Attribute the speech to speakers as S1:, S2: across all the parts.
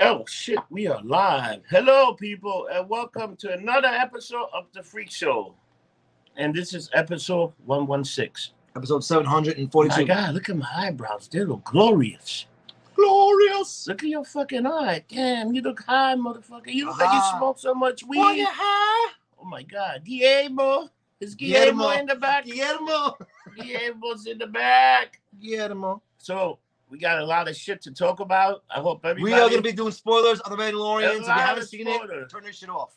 S1: Oh shit, we are live. Hello, people, and welcome to another episode of the Freak Show. And this is episode 116.
S2: Episode
S1: My
S2: 742.
S1: God, look at my eyebrows. They look glorious.
S2: Glorious.
S1: Look at your fucking eye. Damn, you look high, motherfucker. You look like you
S2: Ah.
S1: smoked so much weed.
S2: Oh, yeah, hi.
S1: Oh my God. Guillermo. Is Guillermo,
S2: Guillermo.
S1: in the back?
S2: Guillermo.
S1: Guillermo's in the back.
S2: Guillermo.
S1: So, we got a lot of shit to talk about. I hope everybody.
S2: We are going to be doing spoilers on The Mandalorian.
S1: a
S2: If you
S1: lot
S2: haven't
S1: of
S2: seen it,
S1: spoilers.
S2: turn this shit off.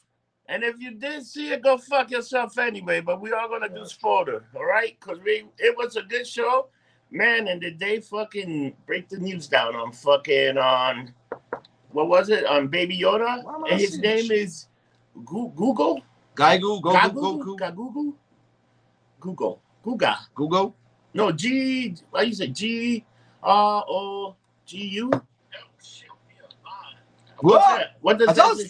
S1: And if you did see it, go fuck yourself anyway. But we are gonna do
S2: Yeah.
S1: spoiler, all right? Cause we it was a good show, man. And did they fucking break the news down on fucking on what was it on Baby Yoda?
S2: Why am I
S1: And
S2: not
S1: his
S2: seeing this
S1: name
S2: shit?
S1: is Gu- Google.
S2: Gaigu, Goku,
S1: Gagu?
S2: Goku,
S1: Gagugu? Google. Guga.
S2: Gugo.
S1: No G. Why you say G R O G U? What's
S2: Whoa.
S1: that? What does
S2: That's
S1: that?
S2: us.
S1: mean?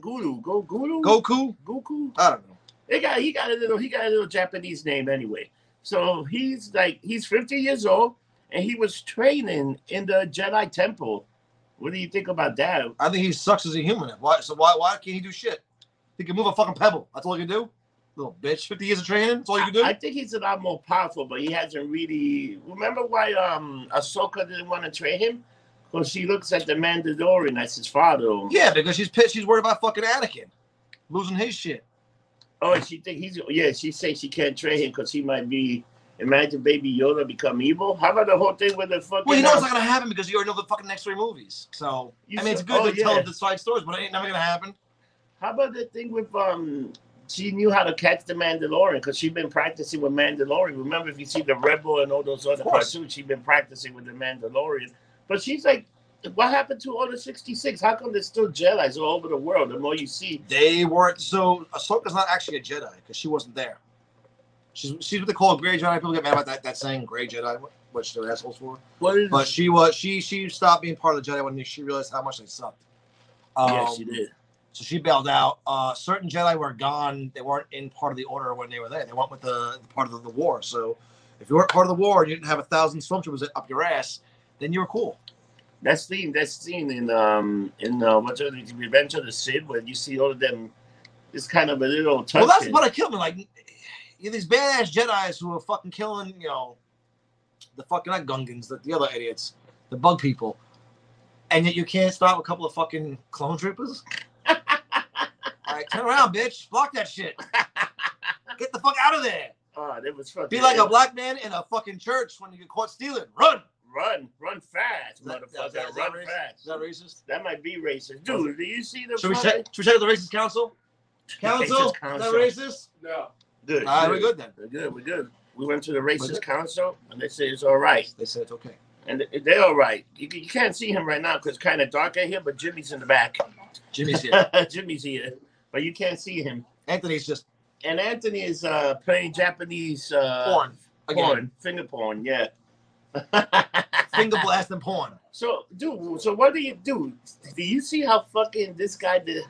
S1: Guru. Go Guru.
S2: Goku.
S1: Goku.
S2: I don't know.
S1: They got he got a little he got a little Japanese name anyway. So he's like he's 50 years old and he was training in the Jedi Temple. What do you think about that?
S2: I think he sucks as a human. Why? So why? Why can't he do shit? He can move a fucking pebble. That's all he can do. Little bitch. Fifty years of training. That's all Oh, you can do.
S1: I, I think he's a lot more powerful, but he hasn't really remember why um Ahsoka didn't want to train him? Because she looks at the Mandalorian as his father.
S2: yeah, because she's pissed. She's worried about fucking Anakin losing his shit.
S1: Oh, and she think he's yeah, she says she can't train him because he might be imagine baby Yoda become evil. How about the whole thing with the fucking
S2: Well, you know it's
S1: um,
S2: not gonna happen because you already know the fucking next three movies. So
S1: You
S2: I mean, it's
S1: saw-
S2: good
S1: oh,
S2: to tell
S1: yeah.
S2: the side stories, but it ain't never gonna happen.
S1: How about the thing with um? She knew how to catch the Mandalorian because she'd been practicing with Mandalorian. Remember, if you see the Rebel and all those other
S2: course.
S1: cartoons, she'd been practicing with the Mandalorian. But she's like, what happened to Order sixty six? How come there's still Jedi's all over the world? The more you see,
S2: They weren't. So Ahsoka's not actually a Jedi because she wasn't there. She's she's what they call a gray Jedi. People get mad about that that saying gray Jedi, which they're assholes for.
S1: what is?
S2: But she was she she stopped being part of the Jedi when she realized how much they sucked. Um,
S1: yeah, she did.
S2: So she bailed out. Uh, certain Jedi were gone. They weren't in part of the order when they were there. They went with the, the part of the, war. So if you weren't part of the war and you didn't have a thousand stormtroopers up your ass, then you were cool.
S1: That scene, that scene in um in uh, what's it, Revenge of the Sith, where you see all of them, it's kind of a little touching.
S2: Well, that's what I killed me. Like you know, these badass Jedi's who are fucking killing, you know, the fucking not Gungans, the, the other idiots, the bug people, and yet you can't stop a couple of fucking clone troopers. like turn around, bitch! Block that shit! Get the fuck out of there!
S1: Oh, that was fucking.
S2: Be like a black man in a fucking church when you get caught stealing. Run!
S1: run, run fast,
S2: Is that-
S1: motherfucker,
S2: is that- is that
S1: run
S2: racist?
S1: fast.
S2: Is that racist?
S1: That might be racist. Dude, do you see the
S2: Should we
S1: fucking-
S2: check? Should we check with the racist council? Council,
S1: Racist
S2: is
S1: council.
S2: that racist?
S3: No.
S1: Good.
S2: All right,
S1: good.
S2: we're good then.
S1: We're good. We're good. We went to the
S2: We're
S1: racist
S2: good.
S1: council and they say it's all right.
S2: They said it's okay.
S1: And they- they're all right. You, you can't see him right now because it's kind of dark in here, but Jimmy's in the back.
S2: Jimmy's here.
S1: Jimmy's here, but you can't see him.
S2: Anthony's just
S1: And Anthony is uh, playing Japanese uh,
S2: porn again.
S1: porn, finger porn, yeah.
S2: Finger blast and porn.
S1: So, dude, so what do you do? Do you see how fucking this guy did?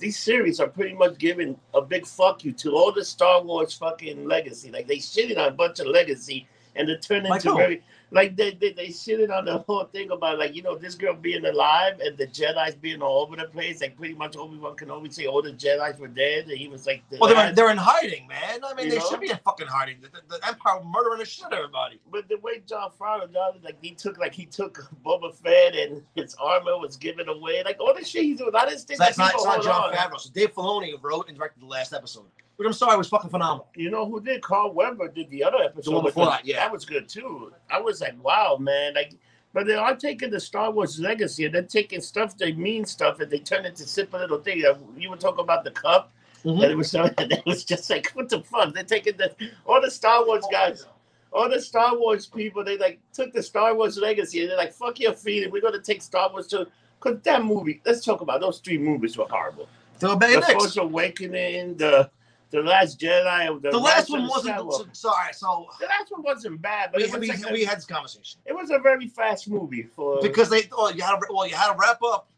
S1: These series are pretty much giving a big fuck you to all the Star Wars fucking legacy. Like they shitted on a bunch of legacy and they turned into
S2: Michael.
S1: very like they, they they shitted on the whole thing about like you know this girl being alive and the Jedi's being all over the place. Like pretty much Obi Wan can always say all the Jedi's were dead and he was like the
S2: Well, they're,
S1: last-
S2: they're in hiding, man. I mean,
S1: You
S2: they
S1: know?
S2: should be in fucking hiding. The, the, the Empire murdering the shit out of everybody.
S1: But the way John Favreau done it, like he took like he took Boba Fett and his armor was given away, like all the shit he's doing. I just think
S2: So that's
S1: that
S2: not, it's
S1: people
S2: not
S1: hold
S2: John
S1: on.
S2: Favreau. So Dave Filoni wrote and directed the last episode, which I'm sorry was fucking phenomenal.
S1: You know who did? Carl Weber did the other episode.
S2: The one
S1: with
S2: before that, yeah.
S1: that was good too. I was like, wow, man, like. But they are taking the Star Wars legacy and they're taking stuff, they mean stuff, and they turn it into simple little things. Like, You were talking about the cup,
S2: Mm-hmm.
S1: and it was so, and it was just like, what the fuck? They're taking the all the Star Wars guys. all the Star Wars people, they like took the Star Wars legacy and they're like, fuck your feet, we're gonna take Star Wars to cause that movie, let's talk about those three movies were horrible.
S2: So Bay
S1: the
S2: next.
S1: Force Awakening, the the Last Jedi, the,
S2: The last
S1: Rise
S2: one
S1: of the
S2: wasn't.
S1: Skywalker.
S2: So, sorry, so
S1: the last one wasn't bad, but
S2: we,
S1: it was,
S2: we,
S1: like a-
S2: we had this conversation
S1: it was a very fast movie for
S2: because they. Oh, you had to, well, you had to wrap up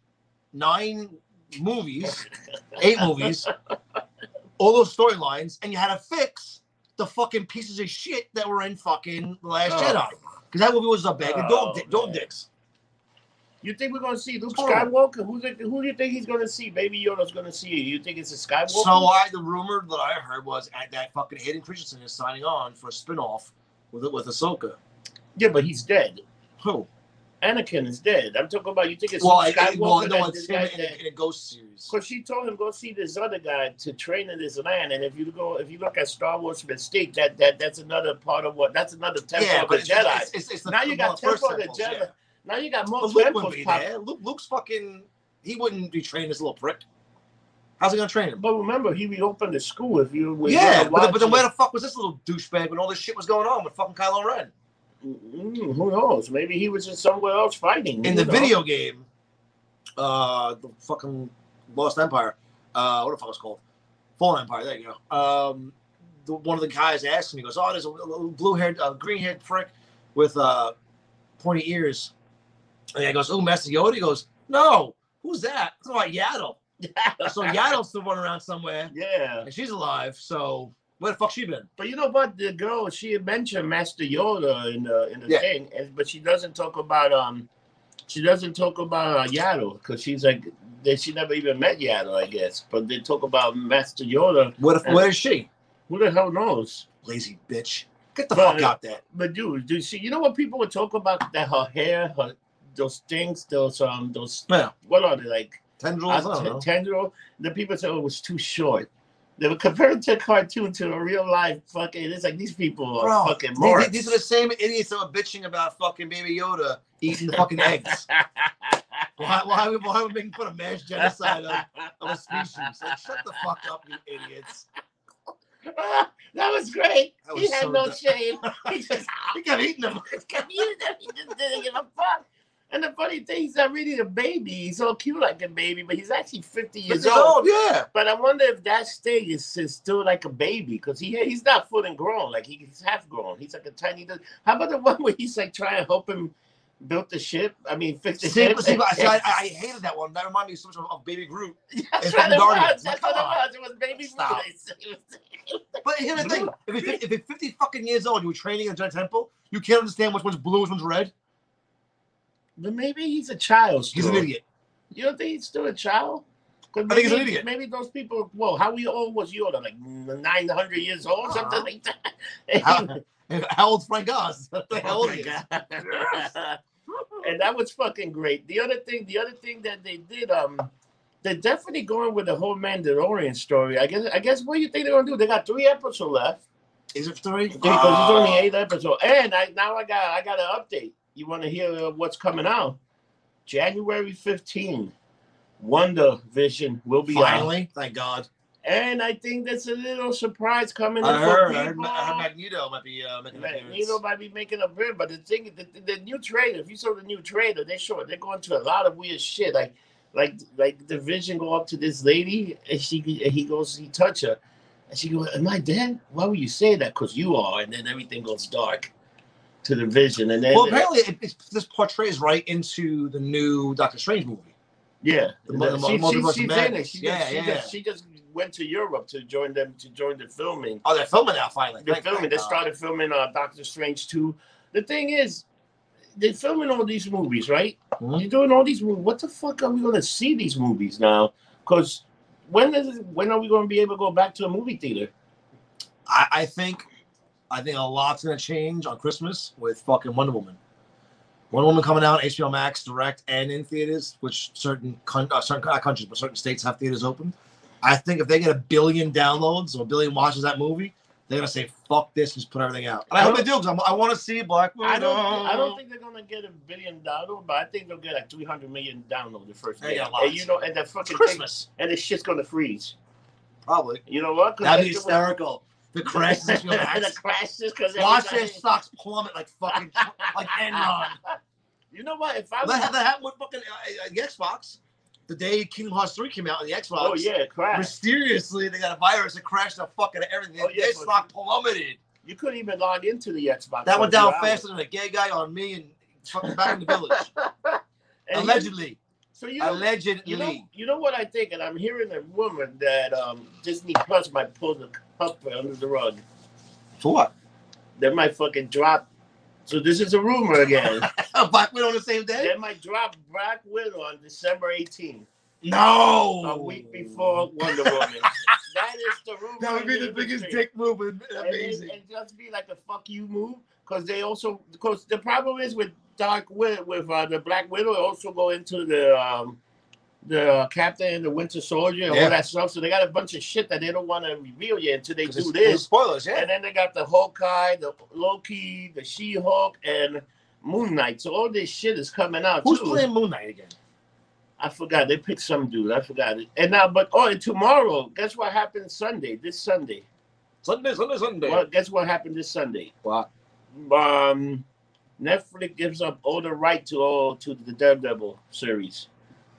S2: nine movies, eight movies, all those storylines, and you had to fix the fucking pieces of shit that were in fucking The Last
S1: Oh.
S2: Jedi because that movie was a bag of
S1: Oh,
S2: dog, di- dog
S1: man.
S2: dicks.
S1: You think we're gonna see Luke
S2: Horrible.
S1: Skywalker? Who's it, who do you think he's gonna see? Baby Yoda's gonna see you. You think it's a Skywalker?
S2: So I the rumor that I heard was at that fucking Hayden Christensen is signing on for a spinoff with with Ahsoka.
S1: yeah, but he's dead.
S2: Who?
S1: Anakin is dead. I'm talking about. You think it's
S2: Well, I,
S1: Luke
S2: I, well,
S1: Skywalker?
S2: no,
S1: that-
S2: it's
S1: that-
S2: him in
S1: that-
S2: a, in a ghost series.
S1: Because she told him go see this other guy to train in this land, and if you go, if you look at Star Wars Mystique, that that that's another part of what that's another temple of
S2: Yeah,
S1: the
S2: but it's,
S1: Jedi.
S2: it's, it's, it's the,
S1: Now you
S2: well,
S1: got
S2: the first
S1: Temple of the
S2: temples,
S1: Jedi.
S2: yeah.
S1: now you got more
S2: But Luke
S1: temples
S2: wouldn't be
S1: pop-
S2: there. Luke, Luke's fucking. He wouldn't be training this little prick. How's he gonna train him?
S1: But remember, he reopened the school. If you were
S2: yeah,
S1: gonna
S2: but, then-
S1: watch
S2: but then
S1: it.
S2: where the fuck was this little douchebag when all this shit was going on with fucking Kylo Ren
S1: Mm, who knows? Maybe he was just somewhere else fighting.
S2: in
S1: you
S2: the
S1: know?
S2: video game? Uh, the fucking Lost Empire. Uh, what the fuck was it called? Fallen Empire. There you go. Um, the, one of the guys asked me, he goes, "Oh, there's a little blue-haired, uh, green-haired prick with uh, pointy ears." And he goes, "Oh, Master Yoda." He goes, "No, who's that?" It's about Yaddle. So Yaddle's still running around somewhere,
S1: yeah,
S2: and she's alive. So where the fuck she been?
S1: but you know what? The girl she had mentioned Master Yoda in the in the
S2: Yeah.
S1: thing, and, but she doesn't talk about um, she doesn't talk about uh, Yaddle because she's like that she never even met Yaddle, I guess. But they talk about Master Yoda.
S2: Where, the, where is she?
S1: Who the hell knows?
S2: Lazy bitch. Get the
S1: But-
S2: fuck out there.
S1: But dude, do she? You know what people would talk about? That her hair, her those things, those um, those
S2: Yeah.
S1: what are they like?
S2: Tendrils. I
S1: I
S2: don't know.
S1: tendril. The people said oh, it was too short. They were comparing to a cartoon to a real life fucking. It's like these people are
S2: Bro,
S1: fucking
S2: These-
S1: more.
S2: These, these are the same idiots that were bitching about fucking Baby Yoda eating the fucking eggs. Why, why, we- why are we making fun of mass genocide of, of a species? Like, shut the fuck up, you idiots.
S1: that was great.
S2: That
S1: he
S2: was
S1: had
S2: so
S1: no
S2: dumb.
S1: shame. He just
S2: You kept eating them.
S1: kept eating them. He just didn't give a fuck. And the funny thing, he's not really a baby. He's so cute like a baby, but he's actually 50 years
S2: It's
S1: old.
S2: old, Yeah.
S1: But I wonder if that stage is, is still like a baby because he he's not full and grown. Like he- he's half grown. He's like a tiny. little- How about the one where he's like trying to help him build the ship? I mean, fix the
S2: See, see,
S1: ship.
S2: I, see, I, I hated that one. That reminded me so much of, of Baby Groot.
S1: that's
S2: it's
S1: what
S2: from
S1: it was.
S2: Guardians.
S1: That's
S2: Come
S1: what it
S2: on.
S1: was. It was baby
S2: Stop.
S1: voice. It was-
S2: But here's the thing: if you're, if you're 50 fucking years old, you were training in a giant temple, you can't understand which one's blue, which one's red.
S1: But maybe he's a child.
S2: He's
S1: still.
S2: an idiot.
S1: You don't think he's still a child? 'Cause
S2: I think he's an
S1: maybe-
S2: idiot.
S1: Maybe those people. Well, how old was Yoda? Like nine hundred years old, something
S2: Uh-huh.
S1: like that.
S2: How, how old's Frank Oz? How
S1: Oh
S2: old
S1: my
S2: he is.
S1: God. and that was fucking great. The other thing, the other thing that they did, um, they're definitely going with the whole Mandalorian story. I guess, I guess, what do you think they're gonna do? They got three episodes left
S2: Is it three?
S1: because it's only eight episodes. And I now I got I got an update. You want to hear uh, what's coming out? January 15, Wonder Vision will be out.
S2: Finally, thank God.
S1: And I think that's a little surprise coming
S2: I
S1: in for
S2: heard, I
S1: people.
S2: heard, I heard Magneto might be uh, making an
S1: Man,
S2: appearance.
S1: Nino might be making a bid, but the thing, is, the, the, the new trailer. If you saw the new trailer, they show it. They're going to a lot of weird shit, like, like, like the Vision go up to this lady, and she, and he goes, he touch her, and she goes, "Am I dead? Why would you say that? Because you are." And then everything goes dark to the Vision, and then
S2: Well, apparently, it, it's, this portrays right into the new Doctor Strange movie.
S1: yeah,
S2: The mo- the
S1: She- she-
S2: multiverse of
S1: she's in it.
S2: madness.
S1: She
S2: Yeah,
S1: just, she,
S2: yeah.
S1: Just, she just went to Europe to join them to join the filming.
S2: Oh, they're filming now finally.
S1: They're
S2: Thank
S1: filming. They
S2: God.
S1: started filming uh, Doctor Strange two. The thing is, they're filming all these movies, right?
S2: Mhm.
S1: You're doing all these movies. What the fuck are we going to see these movies now? Because when is when are we going to be able to go back to a movie theater?
S2: I, I think I think a lot's gonna change on Christmas with fucking Wonder Woman. Wonder Woman coming out HBO Max direct and in theaters, which certain con- uh, certain not countries but certain states have theaters open. I think if they get a billion downloads or a billion watches that movie, they're gonna say fuck this, just put everything out. And I hope they do because I want to see Black Widow.
S1: I don't. I don't think they're going to get a billion download, but I think they'll get like three hundred million download the first
S2: They
S1: day.
S2: got lots.
S1: And you know, and that
S2: it's
S1: fucking thing,
S2: Christmas
S1: and the shit's going to freeze.
S2: probably.
S1: You know what? 'Cause
S2: That'd be
S1: that's the-
S2: hysterical. The crash is HBO
S1: the
S2: Max.
S1: crashes because
S2: Watch their stocks plummet like fucking like Enron.
S1: You know what? If I
S2: Well, that,
S1: was,
S2: happened- that happened with fucking uh, uh, the Xbox. The day Kingdom Hearts 3 came out on the Xbox.
S1: oh yeah, crash.
S2: Mysteriously, they got a virus that crashed the fucking everything.
S1: Oh, yeah,
S2: Their
S1: so-
S2: stock plummeted.
S1: You couldn't even log into the Xbox.
S2: That
S1: for
S2: went
S1: a few
S2: down
S1: hours.
S2: faster than a gay guy on me and fucking back in the village.
S1: And you-
S2: Allegedly.
S1: So you know,
S2: Allegedly.
S1: You know, you know what I think, and I'm hearing a rumor that um, Disney Plus might pull the pup under the rug.
S2: For what?
S1: They might fucking drop So this is a rumor again.
S2: Black Widow on the same day?
S1: they might drop Black Widow on December 18th,
S2: No.
S1: a week before Wonder Woman. that is the rumor.
S2: That would be
S1: in
S2: the biggest
S1: industry.
S2: dick move. in-
S1: And, it-
S2: Amazing.
S1: and just be like a fuck you move, because they also because the problem is with Dark Widow with uh, the Black Widow it also go into the um, the uh, Captain and the Winter Soldier and
S2: Yeah.
S1: all that stuff. So they got a bunch of shit that they don't want to reveal yet until they
S2: 'Cause it's-
S1: do
S2: it's
S1: this.
S2: Spoilers, yeah.
S1: And then they got the Hawkeye, the Loki, the She Hulk, and Moon Knight. So all this shit is coming out.
S2: Who's
S1: too.
S2: playing Moon Knight again?
S1: I forgot. They picked some dude. I forgot it. And now, but oh, and tomorrow, guess what happened Sunday? This Sunday.
S2: Sunday, Sunday, Sunday.
S1: Well, guess what happened this Sunday?
S2: What?
S1: Um, Netflix gives up all the right to all to the Daredevil series.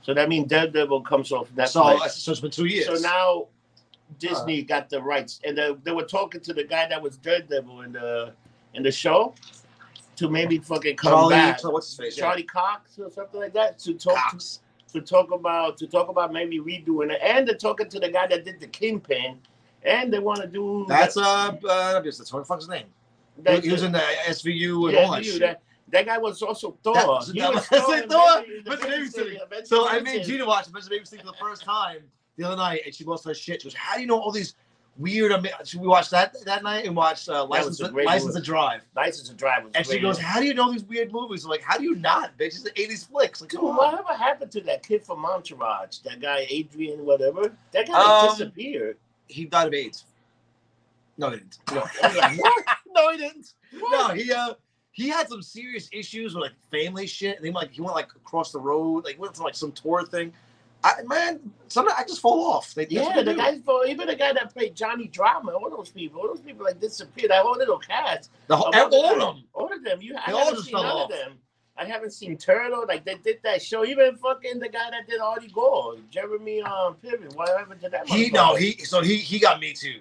S1: So that means Daredevil comes off Netflix.
S2: So, uh, so it's been two years.
S1: So now
S2: Uh-huh.
S1: Disney got the rights, and they, they were talking to the guy that was Daredevil in the in the show to maybe fucking come
S2: Charlie,
S1: back,
S2: so what's his face?
S1: Charlie Cox or something like that, to
S2: yeah.
S1: talk to,
S2: Cox.
S1: to talk about to talk about maybe redoing it, and they're talking to the guy that did the Kingpin, and they want to do
S2: That's uh, uh, that's what the fuck's his name?
S1: that-
S2: he was in the SVU and
S1: yeah,
S2: all that
S1: you,
S2: shit.
S1: that, that guy was also Thor.
S2: That-
S1: He
S2: that
S1: was
S2: was
S1: Thor in
S2: Thor.
S1: Avengers-
S2: Mr.
S1: Avengers-
S2: Babysitting.
S1: Avengers-
S2: So I made
S1: Avengers.
S2: Gina watch Mr. Baby Sleep for the first time the other night, and she lost her shit. She was, "How do you know all these weird?" Ama-? she- We watched that that night and watched uh,
S1: was
S2: License
S1: a
S2: to,
S1: great
S2: License
S1: movie.
S2: to Drive.
S1: License to Drive was
S2: And she
S1: great.
S2: goes, "How do you know these weird movies?" I'm like, "How do you not, bitch? It's the '80s flicks." Like,
S1: Dude,
S2: come on.
S1: whatever happened to that kid from Entourage? That guy Adrian, whatever. That guy
S2: Um,
S1: disappeared.
S2: He died of AIDS. No, he didn't.
S1: No, I'm like, what?
S2: no, he didn't. No,
S1: What?
S2: he uh, he had some serious issues with like family shit. And he like he went like across the road, like went to like some tour thing. I man, sometimes I just fall off. Like, that's what
S1: Yeah,
S2: they
S1: the
S2: do.
S1: guy, even the guy that played Johnny Drama, all those people, all those people like disappeared. That whole little cast,
S2: the whole,
S1: Oh,
S2: all of
S1: yeah.
S2: them.
S1: all of them. You, I
S2: They all
S1: haven't
S2: just
S1: seen
S2: fell
S1: none
S2: off.
S1: of them. I haven't seen Turtle. Like they did that show. Even fucking the guy that did Artie Gore, Jeremy um, Piven. Whatever did that?
S2: He
S1: motherfucker?
S2: no, he so he he got me too.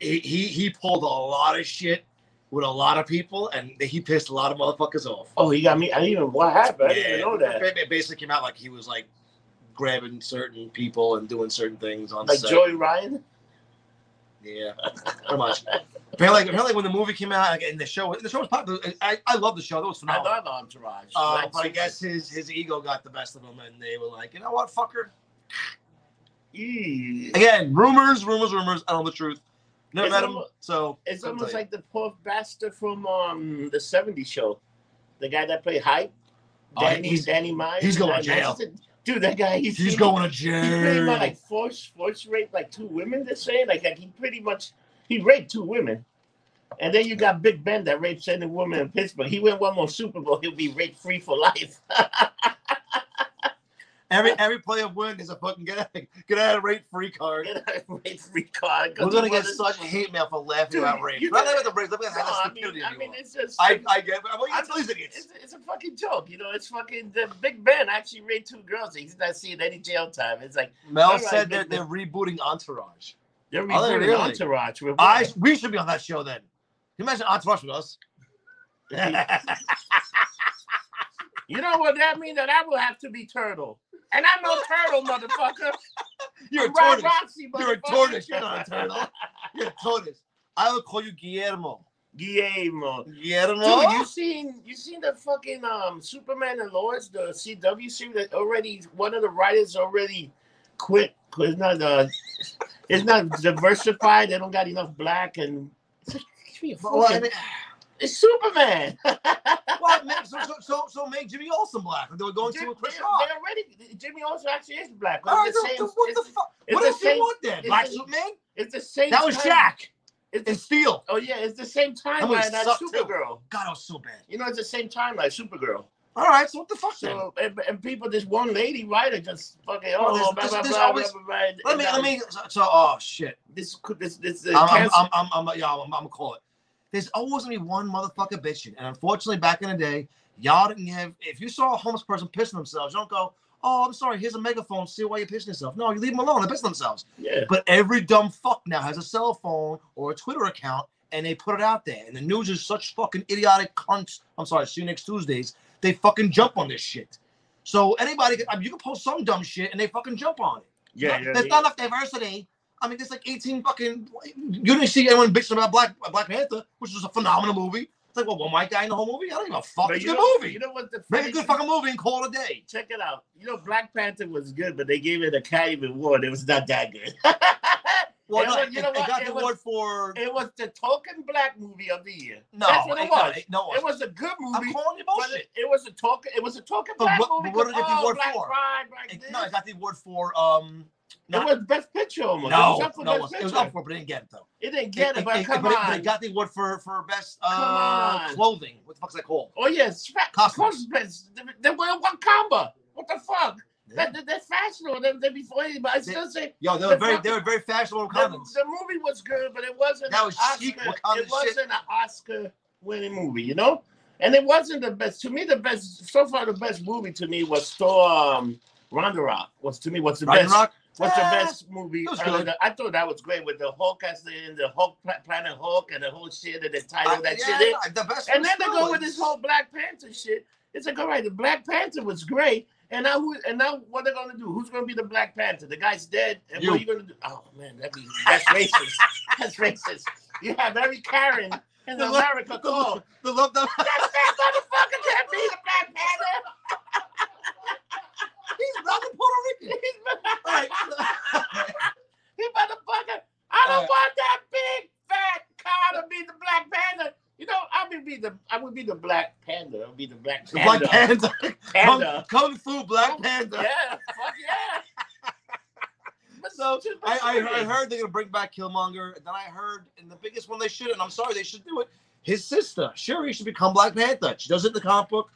S2: He he he pulled a lot of shit with a lot of people, and he pissed a lot of motherfuckers off.
S1: Oh, he got me. I didn't even what happened. I didn't even know that.
S2: It basically came out like he was like grabbing certain people and doing certain things on
S1: Like
S2: set.
S1: Joey Ryan.
S2: Yeah, pretty much. apparently, apparently, when the movie came out like, and the show, the show was popular. I, I love the show. That was
S1: I
S2: phenomenal.
S1: love Entourage.
S2: Uh,
S1: Like,
S2: but I guess his his ego got the best of him, and they were like, you know what, fucker.
S1: Ew.
S2: Again, rumors, rumors, rumors. I don't know the truth. Never
S1: It's
S2: met him,
S1: almo-
S2: so
S1: It's
S2: couldn't
S1: almost
S2: tell you.
S1: like the poor bastard from um the '70s show, the guy that played Hype,
S2: Oh,
S1: Danny
S2: he's-
S1: Danny Myers. Uh,
S2: he's going to
S1: That's
S2: jail.
S1: the- Dude, that guy, he's,
S2: he's going to
S1: He pretty
S2: jail.
S1: much like force force raped like two women. They're saying like, like he pretty much he raped two women, and then you got Big Ben that raped seven women in Pittsburgh. He win one more Super Bowl, he'll be rape free for life.
S2: Every every play of win is a fucking get out, get out of rape free card.
S1: rape free card. 'cause
S2: We're gonna
S1: he
S2: get
S1: wasn't-
S2: such hate mail for laughing
S1: Dude,
S2: about rape.
S1: you
S2: Not
S1: gotta-
S2: about the rape. Look at
S1: No,
S2: how
S1: Oh, I
S2: stupid
S1: mean,
S2: you
S1: I mean,
S2: are.
S1: it's just
S2: I I get, but I'm
S1: I'm
S2: these
S1: It's,
S2: idiots.
S1: it's a fucking joke, you know. It's fucking the Big Ben actually raped two girls. He's not seeing any jail time. It's like
S2: Mel
S1: Alright,
S2: said
S1: Big
S2: that they're rebooting Entourage.
S1: they're
S2: Oh,
S1: rebooting
S2: really?
S1: Entourage. With
S2: I we should be on that show then. Can you imagine Entourage with us?
S1: you know what that means? That I will have to be turtle, and I'm no turtle, motherfucker.
S2: You're a
S1: I'm Ron
S2: tortoise.
S1: Roxy,
S2: You're a
S1: motherfucker.
S2: tortoise. You're not a turtle. You're a tortoise. I will call you Guillermo.
S1: Guillermo. Dude,
S2: Guillermo.
S1: you seen you seen the fucking um Superman and Lois, the CW series that already one of the writers already quit 'cause it's not uh it's not diversified, they don't got enough black and it's like, give me a
S2: Well, I
S1: fucking-
S2: mean,
S1: it's Superman.
S2: well, ma- so, so, so, so make Jimmy Olsen black. They were going
S1: Jim-
S2: to a Chris
S1: they,
S2: Rock.
S1: they already Jimmy also actually is black.
S2: All right,
S1: It's the
S2: so-
S1: same-
S2: so what the
S1: it's-
S2: fuck?
S1: it's
S2: What
S1: the
S2: else do you
S1: same-
S2: want then?
S1: it's
S2: Black
S1: the-
S2: Superman?
S1: It's the same
S2: That was
S1: time-
S2: Shaq
S1: It's the,
S2: and Steel.
S1: oh yeah, it's the same
S2: would
S1: timeline as
S2: suck, too.
S1: Supergirl.
S2: God, I was so bad.
S1: You know, it's the same timeline, Supergirl.
S2: All right, so what the fuck then?
S1: So and, and people, this one lady writer just fucking
S2: Well,
S1: oh,
S2: there's-
S1: blah,
S2: there's-
S1: blah,
S2: there's
S1: blah,
S2: always-
S1: blah, blah, blah,
S2: Let
S1: and
S2: me,
S1: now
S2: let me. So, so- oh shit.
S1: This could- this this uh,
S2: I'm, I'm,
S1: cancer-
S2: I'm, I'm, I'm, yeah, I'm, I'm gonna call it. There's always gonna be one motherfucker bitching, and unfortunately, back in the day, y'all didn't have. If you saw a homeless person pissing themselves, you don't go, "Oh, I'm sorry. Here's a megaphone. See why you're pissing yourself." No, you leave them alone. They're pissing themselves.
S1: yeah.
S2: But every dumb fuck now has a cell phone or a Twitter account, and they put it out there. And the news is such fucking idiotic cunts. I'm sorry. See you next Tuesdays. They fucking jump on this shit. So anybody, can, I mean, you can post some dumb shit, and they fucking jump on it.
S1: Yeah,
S2: No,
S1: yeah,
S2: There's
S1: yeah.
S2: not enough diversity. I uh, mean, there's like 18 fucking. You didn't see anyone bitching about Black Black Panther, which was a phenomenal movie. It's like, well, will my guy in the whole movie? I don't give a fuck.
S1: But
S2: It's a
S1: you
S2: good
S1: know,
S2: movie.
S1: You know what? The
S2: Make a
S1: funny
S2: good
S1: thing-
S2: fucking movie and call it a day.
S1: Check it out. You know, Black Panther was good, but they gave it a Academy Award. It was not that good.
S2: Well,
S1: It
S2: no,
S1: was-
S2: it,
S1: you know
S2: it
S1: what?
S2: got
S1: It
S2: the
S1: was-
S2: award for
S1: it was the token black movie of the year.
S2: no.
S1: That's what it was.
S2: It, no,
S1: It was a good movie.
S2: I'm calling you
S1: But
S2: bullshit.
S1: it, it was a talk. It was a talking
S2: But
S1: black
S2: what-
S1: movie.
S2: but what did it get the
S1: oh,
S2: award
S1: black
S2: for?
S1: Pride, black
S2: It-
S1: this.
S2: no, it got the award for um.
S1: it was best picture almost.
S2: No,
S1: it was up for
S2: no, it
S1: best
S2: was, it was
S1: picture.
S2: up for, it, but it didn't get it though.
S1: It didn't get it,
S2: it,
S1: but
S2: it-
S1: come
S2: but it-
S1: on.
S2: but it got the award for for best
S1: Come
S2: uh
S1: on.
S2: clothing. What the fuck's that called?
S1: oh yes, fa-
S2: Costumes.
S1: costumes. They were one combo. What the fuck?
S2: Yeah.
S1: They, they're fashionable. They, they before anybody. I still say
S2: Yo, they
S1: The
S2: were very
S1: fucking-
S2: they were very fashionable
S1: the,
S2: comments.
S1: the movie was good, but it wasn't.
S2: That was
S1: an
S2: chic Wakanda
S1: Oscar, It
S2: shit.
S1: wasn't an Oscar-winning movie, you know. And it wasn't the best. To me, the best so far, the best movie to me was Thor. Um, Ronda Rock was to me was the best.
S2: Ragnarok.
S1: What's the
S2: Ah,
S1: best movie?
S2: it was
S1: out of
S2: good.
S1: the- I thought that was great with the Hulk as the, and the Hulk Pla- Planet Hulk and the whole shit and the title
S2: I-
S1: that
S2: Uh, yeah,
S1: shit. In.
S2: no, the best
S1: And
S2: was
S1: then they
S2: Star
S1: go with
S2: Wars.
S1: this whole Black Panther shit. It's like all right, the Black Panther was great, and now who? And now what they're gonna do? Who's gonna be the Black Panther? The guy's dead, and what are
S2: You.
S1: you gonna do? Oh man, that be that's racist. that's racist. You have every Karen in
S2: The lo-
S1: America
S2: the lo-
S1: called.
S2: the love the
S1: That's that motherfucker can't be the Black Panther.
S2: he's not the Puerto Rican.
S1: He's-
S2: All right.
S1: He motherfucker, I don't
S2: Alright.
S1: want that big fat cow to be the black panda. You know, I would be the I would be the black panda. I would be the black
S2: The Black
S1: panda.
S2: Panther. Kung,
S1: panda.
S2: Kung Fu Black Panther.
S1: Yeah, fuck yeah. But
S2: So,
S1: just-
S2: I,
S1: but
S2: I, I
S1: serious.
S2: heard they're gonna bring back Killmonger. and Then I heard, and the biggest one they should, and I'm sorry they should do it. His sister, Shuri, should become Black Panther. She does it in the comic book.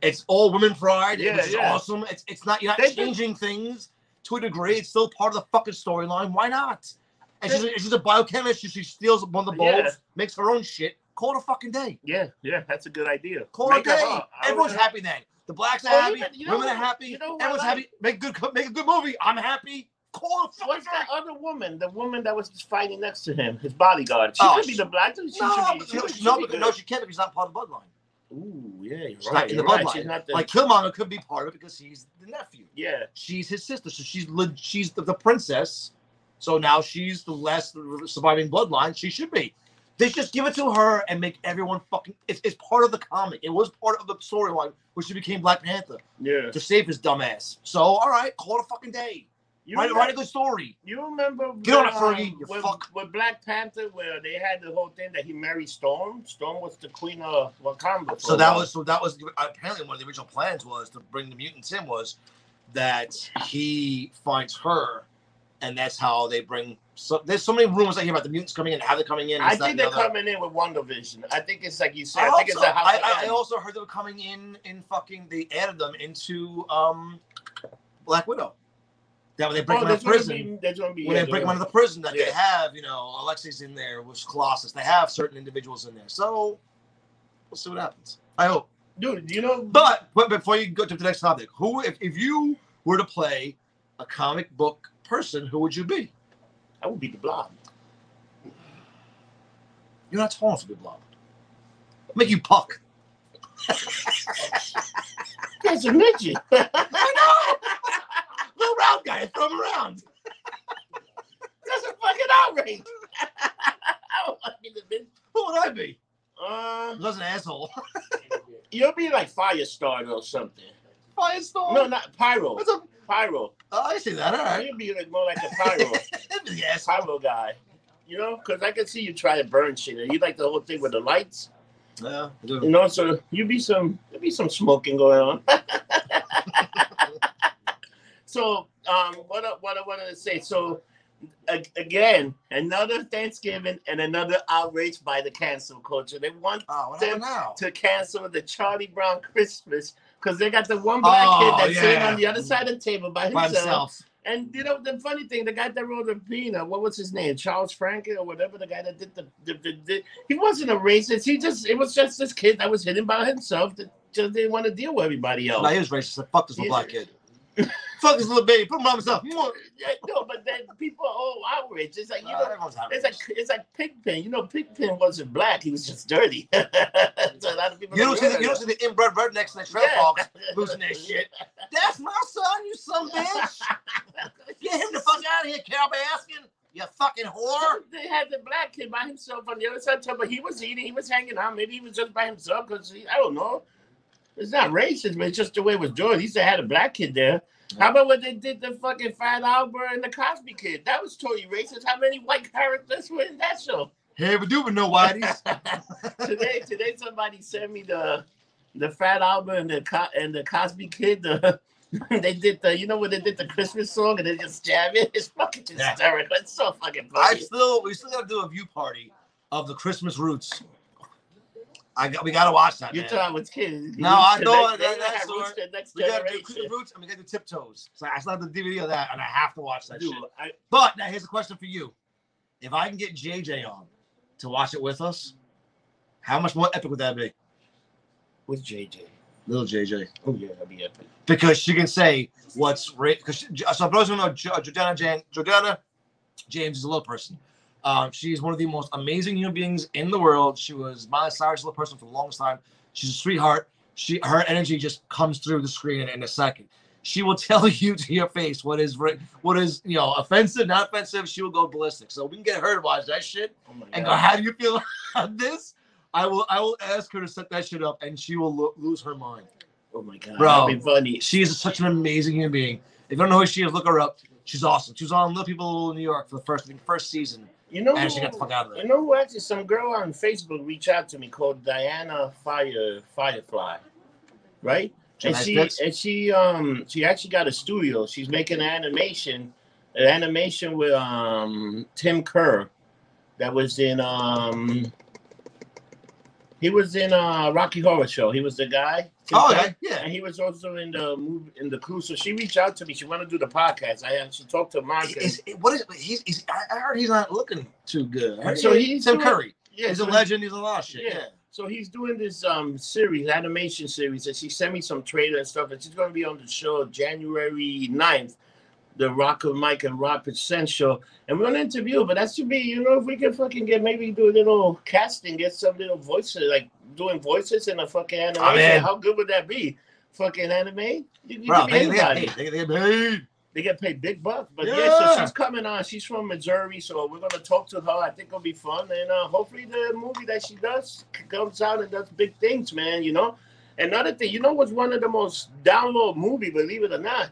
S2: It's all women pride,
S1: Yeah,
S2: which is
S1: yeah.
S2: awesome. It's it's not you're not
S1: They did-
S2: changing things to a degree. It's still part of the fucking storyline. Why not? And she's a, she's a biochemist. She, she steals one of the bulbs,
S1: Yeah.
S2: makes her own shit. Call it a fucking day.
S1: Yeah, yeah, that's a good idea.
S2: Call
S1: Make
S2: it a
S1: her
S2: day.
S1: up. I
S2: Everyone's
S1: would-
S2: happy then. The blacks are
S1: Oh,
S2: happy.
S1: even- you know
S2: women are
S1: what-
S2: happy.
S1: you know what I
S2: Everyone's
S1: like?
S2: happy. Make good co- make a good movie. I'm happy. Call it a fucking
S1: What's
S2: day.
S1: that other woman? The woman that was fighting next to him, his bodyguard. She
S2: Oh,
S1: could be
S2: she-
S1: the black. She
S2: No,
S1: should be,
S2: but
S1: she
S2: no,
S1: would- she'd
S2: no,
S1: be
S2: because- no,
S1: good.
S2: she can't because she's not part of the bloodline.
S1: Ooh, yeah, you're
S2: She's
S1: right.
S2: not in
S1: you're
S2: the
S1: right.
S2: bloodline.
S1: She's not the,
S2: Like Killmonger could be part of it because he's the nephew.
S1: yeah.
S2: She's his sister, so she's leg- she's the, the princess. So now she's the last surviving bloodline. She should be. They just give it to her and make everyone fucking. It's, it's part of the comic. It was part of the storyline when she became Black Panther
S1: Yeah.
S2: to save his dumbass. So all right, call it a fucking day.
S1: You
S2: write,
S1: know-
S2: write a good story.
S1: You remember
S2: Get on
S1: when,
S2: it, Fergie,
S1: um,
S2: you
S1: with,
S2: fuck.
S1: with Black Panther where they had the whole thing that he married Storm? Storm was the queen of Wakanda. for
S2: So
S1: a
S2: that
S1: while.
S2: was so that was apparently one of the original plans was to bring the mutants in was that he finds her, and that's how they bring. So there's so many rumors I hear about the mutants coming in, how they're coming in.
S1: I
S2: this, that,
S1: think
S2: and
S1: they're
S2: the other.
S1: coming in with WandaVision. I think it's like you said. I,
S2: I,
S1: think
S2: also,
S1: it's a house.
S2: I,
S1: of
S2: I- I
S1: M.
S2: also heard they were coming in in fucking. They added them into um, Black Widow. That when they break
S1: oh,
S2: them out
S1: there's
S2: of
S1: gonna
S2: prison,
S1: Be, there's gonna be
S2: when
S1: yeah,
S2: they break
S1: there's
S2: them out of the prison, that they
S1: Yeah.
S2: have you know Alexei's in there, was Colossus. They have certain individuals in there, so we'll see what happens. I hope.
S1: gonna- dude. You know,
S2: But but before you go to the next topic, who if, if you were to play a comic book person, who would you be?
S1: I would be the blob.
S2: You're not tall enough to be blob. Make you puck.
S1: That's a midget. That's
S2: I know. Little round guy, throw him around.
S1: a fucking outrage. I don't want to be the midget.
S2: Who would I be?
S1: Uh,
S2: That's an asshole.
S1: you'll be like Firestarter or something.
S2: Firestorm.
S1: No, not Pyro.
S2: That's a,
S1: Pyro.
S2: oh, I see that. All right.
S1: You'll be like more like a Pyro.
S2: That'd be the asshole.
S1: Pyro guy. You know, because I can see you try to burn shit, and you like the whole thing with the lights.
S2: Yeah.
S1: You know, so you be some, there be some smoking going on. so, um, what I, what I wanted to say. So, a, again, another Thanksgiving and another outrage by the cancel culture. They want
S2: Oh, what happened now?
S1: to cancel the Charlie Brown Christmas because they got the one black
S2: Oh,
S1: kid that's sitting
S2: yeah.
S1: on the other side of the table by
S2: By
S1: himself.
S2: himself.
S1: And you know the funny thing, the guy that wrote the Pina, what was his name, Charles Franken or whatever, the guy that did the, the, the, the- he wasn't a racist. He just it was just this kid that was hitting by himself that just didn't want to deal with everybody else.
S2: No, he was racist. Fuck this little
S1: Yeah.
S2: black kid. Fuck this little baby. Put him by himself.
S1: Well, Oh, yeah, no, but then people are all outraged. It's like you
S2: Uh,
S1: know,
S2: everyone's happy.
S1: it's like it's like Pigpen. You know, Pigpen wasn't black; he was just dirty. so a lot of people
S2: You don't see the,
S1: realize
S2: you don't see the inbred rednecks in the trailer
S1: Yeah.
S2: parks losing their shit. That's my son, you son of a bitch. Get him the fuck out of here, Cal Baskin. You fucking whore.
S1: they had the black kid by himself on the other side, too, but he was eating, he was hanging out. Maybe he was just by himself because I don't know. It's not racist, but it's just the way it was doing. He said had a black kid there. How about when they did the fucking Fat Albert and the Cosby kid? That was totally racist. How many white characters were in that show?
S2: Hey, we do with no whiteys.
S1: today, today somebody sent me the the Fat Albert and the Co- and the Cosby kid. The, they did the you know when they did the Christmas song and they just jam it. It's fucking
S2: Yeah.
S1: hysterical. It's so fucking
S2: I
S1: funny.
S2: still, we still gotta do a view party of the Christmas roots. I got, we gotta watch that.
S1: You're
S2: man.
S1: talking with kids.
S2: No, I
S1: The
S2: know
S1: next-
S2: that-
S1: they
S2: that's
S1: have roots
S2: what-
S1: the next
S2: We gotta do Christmas
S1: generation.
S2: roots and we gotta do tiptoes. So I still have the DVD of that, and I have to watch that
S1: Dude,
S2: shit.
S1: I,
S2: But now here's a question for you: If I can get JJ on to watch it with us, how much more epic would that be,
S1: with JJ.
S2: little JJ?
S1: Oh yeah, that'd be epic.
S2: Because she can say what's right. Because uh, so for those who don't know, Jo- Jordana, Jan- Jordana James is a little person. Um, she's one of the most amazing human beings in the world. She was Miley Cyrus' little person for the longest time. She's a sweetheart. She her energy just comes through the screen in, in a second. She will tell you to your face what is ri- what is you know offensive, not offensive. She will go ballistic. So we can get her to watch that shit
S1: Oh my
S2: and go,
S1: god.
S2: "How do you feel about this?" I will I will ask her to set that shit up, and she will lo- lose her mind.
S1: Oh my god.
S2: Bro.
S1: That'd be funny.
S2: She is such an amazing human being. If you don't know who she is, look her up. She's awesome. She was on Little People Little New York for the first I think, first season,
S1: You know
S2: and she got the
S1: who-
S2: fuck out of
S1: You
S2: there.
S1: know who actually some girl on Facebook reached out to me called Diana Fire Firefly, right?
S2: She
S1: And
S2: has
S1: she
S2: tits?
S1: and she um she actually got a studio. She's making an animation, an animation with um Tim Kerr, that was in um he was in uh Rocky Horror Show. He was the guy. Tim
S2: Oh
S1: Kerr.
S2: yeah, yeah.
S1: And he was also in the movie in the crew. So she reached out to me. She wanted to do the podcast. I she talked to Monica.
S2: Is, what is he's, he's? I I heard he's not looking too good. I heard
S1: So
S2: he-
S1: he's
S2: Tim
S1: doing-
S2: Curry.
S1: Yeah,
S2: he's
S1: so-
S2: a legend. He's a lot of shit.
S1: Yeah. So he's doing this um series, animation series, and she sent me some trailer and stuff, and she's gonna be on the show January 9th, the Rock of Mike and Rob Percent show. And we're gonna interview, her, but that should be, you know, if we can fucking get maybe do a little casting, get some little voices, like doing voices in a fucking animation.
S2: in.
S1: How good would that be? Fucking anime? You, you
S2: Bro,
S1: could be
S2: they, they get
S1: anybody.
S2: paid. They, they get paid.
S1: They get paid big bucks, but yeah. so
S2: Yeah.
S1: she's coming on. She's from Missouri, so we're gonna talk to her. I think it'll be fun, and uh, hopefully the movie that she does comes out and does big things, man. You know, another thing, you know, what's one of the most download movie, believe it or not,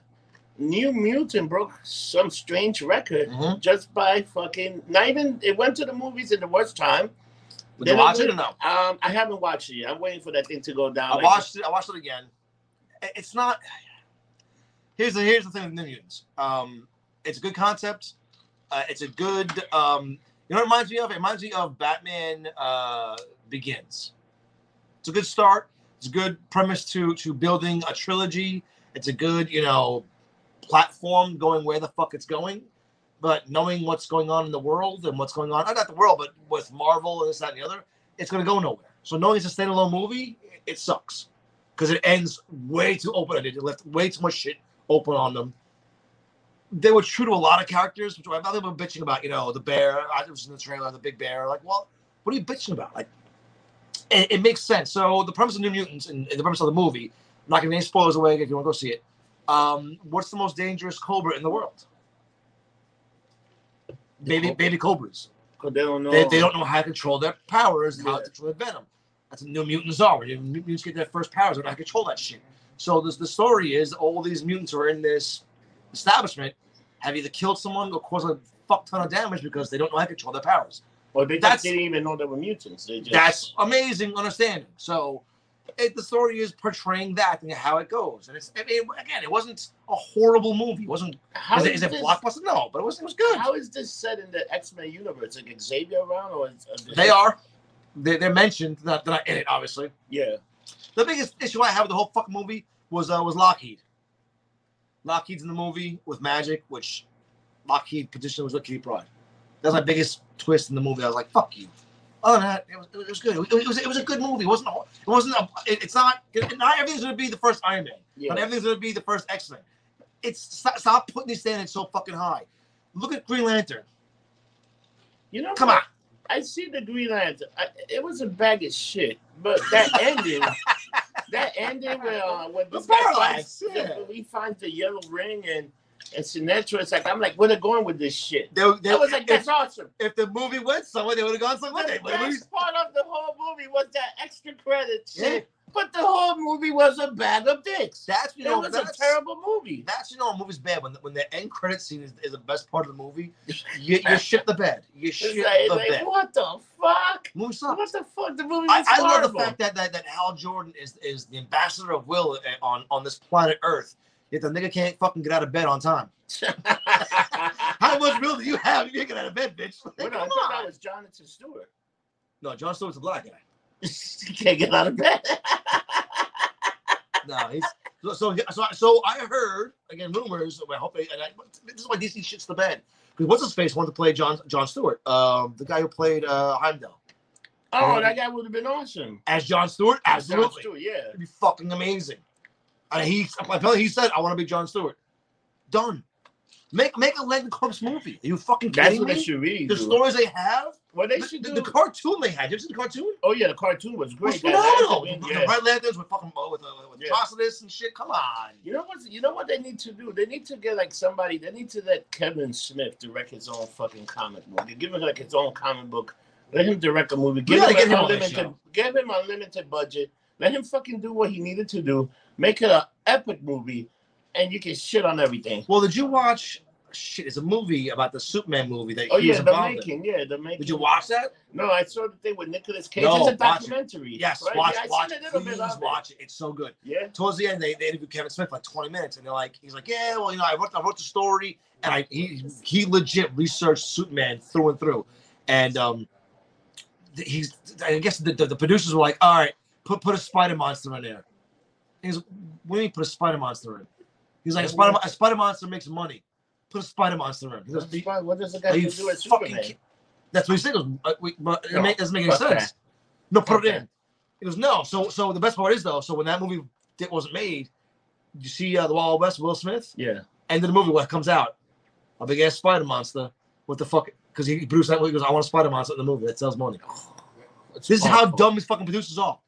S1: New Mutant broke some strange record
S2: Mhm.
S1: just by fucking. Not even it went to the movies in the worst time.
S2: Would
S1: They
S2: you
S1: don't
S2: watch it
S1: win.
S2: or no?
S1: Um, I haven't watched it. yet. I'm waiting for that thing to go down.
S2: I watched it. I watched it again. I- It's not. Here's the here's the thing with New Mutants. Um, it's a good concept. Uh, it's a good. Um, you know what it reminds me of? It reminds me of Batman uh, Begins. It's a good start. It's a good premise to to building a trilogy. It's a good you know platform going where the fuck it's going. But knowing what's going on in the world and what's going on, uh, not the world, but with Marvel and this, that, and the other, it's going to go nowhere. So knowing it's a standalone movie, it- it sucks because it ends way too open. It left way too much shit open on them. They were true to a lot of characters, which I thought they were bitching about. You know, the bear. I was in the trailer, the big bear. Like, well, what are you bitching about? Like, it, it makes sense. So the premise of New Mutants and, and the premise of the movie. I'm not giving any spoilers away if you want to go see it. Um, what's the most dangerous cobra in the world? Baby, baby cobras.
S1: 'Cause they don't know.
S2: They, they don't know how to control their powers, how
S1: Yeah.
S2: to control their venom. That's what new mutants are. When new mutants get their first powers, they don't know how to control that shit. So this, the story is all these mutants are in this establishment, have either killed someone or caused a fuck ton of damage because they don't know how to control their powers.
S1: Or they just
S2: that's-
S1: didn't even know they were mutants. They just
S2: That's amazing understanding. So it, the story is portraying that and how it goes. And it's I mean, again, it wasn't a horrible movie. It wasn't.
S1: how
S2: is it, is it
S1: this-
S2: blockbuster? No, but it was. It was good.
S1: How is this set in the X Men universe? Like Xavier around, or is, uh, is
S2: They are. They, they're mentioned. They're not, they're not in it, obviously.
S1: Yeah,
S2: The biggest issue I had with the whole fucking movie was uh, was Lockheed. Lockheed's in the movie with Magic, which Lockheed petition was with Kitty Pride. That was my biggest twist in the movie. I was like, "Fuck you." Other than that, it was, it was good. It was, it was a good movie. It wasn't. a- It wasn't. A, it, it's not. Not everything's gonna be the first Iron Man.
S1: yeah.
S2: Not everything's gonna be the first X Men. It's stop, stop putting these standards so fucking high. Look at Green Lantern.
S1: you know,
S2: Come
S1: what?
S2: on.
S1: I see the Green Lantern. I, it was a bag of shit, but that ending, that ending where uh, when
S2: The
S1: this guy
S2: parallax,
S1: finds-
S2: yeah.
S1: he finds the yellow ring and and Sinatra. It's like I'm like, where they going with this shit?
S2: They, they,
S1: I was like, that's
S2: if,
S1: awesome.
S2: if the movie went somewhere, they would have gone somewhere.
S1: The
S2: They would've-
S1: best part of the whole movie was that extra credit
S2: Yeah.
S1: shit. But the whole movie was a bag of dicks.
S2: That's you
S1: It
S2: know
S1: was a
S2: that's,
S1: terrible movie.
S2: that's you know a movie's bad when the, when the end credit scene is, is the best part of the movie. You, you shit the bed. You
S1: It's
S2: shit
S1: like, it's
S2: the
S1: like,
S2: bed.
S1: what the fuck?
S2: Movie sucks.
S1: What the fuck? The movie
S2: I,
S1: was
S2: I love
S1: horrible.
S2: the fact that, that that Hal Jordan is is the ambassador of will eh, on on this planet Earth. Yet the nigga can't fucking get out of bed on time. How much will do you have? You can't get out of bed, bitch. Like,
S1: Wait, no, I
S2: come
S1: thought that
S2: on.
S1: was Jonathan Stewart.
S2: No, John Stewart's a black guy.
S1: He Can't get out of bed.
S2: No, he's so so so, so I heard again rumors. I hope and I, this is why DC shits the bed. Because what's his face wanted to play John John Stewart, um, the guy who played uh, Heimdall
S1: oh, that guy would have been awesome.
S2: as John Stewart.
S1: As John
S2: Absolutely,
S1: Stewart, yeah.
S2: it'd be fucking amazing. And he apparently he said, "I want to be John Stewart." Done. Make make a Len Corpse movie. Are you fucking
S1: That's
S2: kidding
S1: what they
S2: me?
S1: should really
S2: the
S1: do.
S2: stories they have,
S1: What they
S2: the,
S1: should
S2: the,
S1: do.
S2: the cartoon they had. Did you see the cartoon?
S1: oh yeah, the cartoon was
S2: It was
S1: great. That- that's
S2: phenomenal.
S1: the thing,
S2: The
S1: yeah.
S2: Red Lanterns with fucking with uh, with
S1: Yeah.
S2: Trocitus and shit. Come on.
S1: You know what? You know what they need to do? They need to get like somebody. They need to let Kevin Smith direct his own fucking comic book. You give him like his own comic book. Let him direct a movie. Give
S2: gotta
S1: him,
S2: get him
S1: an
S2: on this
S1: unlimited.
S2: show.
S1: Give him unlimited budget. Let him fucking do what he needed to do. Make it an epic movie, and you can shit on everything.
S2: Well, did you watch? Shit, it's a movie about the Superman movie that
S1: Oh
S2: he was
S1: yeah, the
S2: involved in.
S1: making. Yeah, the making.
S2: Did you watch that?
S1: No, I saw the thing with Nicolas Cage.
S2: No,
S1: it's a
S2: watch it.
S1: documentary.
S2: Yes,
S1: right?
S2: watch,
S1: yeah, I
S2: watch,
S1: seen a little
S2: please
S1: bit of it.
S2: watch it. It's so good.
S1: Yeah.
S2: Towards the end, they, they interviewed Kevin Smith for like 20 minutes, and they're like, he's like, yeah, well, you know, I wrote, I wrote the story, and I he he legit researched Superman through and through, and um, th- he's I guess the, the, the producers were like, all right, put put a spider monster in there. He's like, what do you mean put a spider monster in? He's like, a spider a spider monster makes money. Put a spider monster in. He goes,
S1: That's fine. What does the
S2: Are
S1: guy
S2: you
S1: do with
S2: fucking
S1: Superman?
S2: ki- That's what he said. It was, uh, we- but it
S1: No,
S2: ma- doesn't make any
S1: fuck that.
S2: sense. No, put it
S1: Okay.
S2: in. He goes, no. So, so the best part is though. So when that movie di- wasn't made, you see uh, the Wild West, Will Smith,
S1: Yeah.
S2: end of the movie, what comes out, a big ass spider monster. What the fuck? Because he produced that. movie, He goes, I want a spider monster in the movie that sells money.
S1: Oh,
S2: This is how dumb these fucking producers are.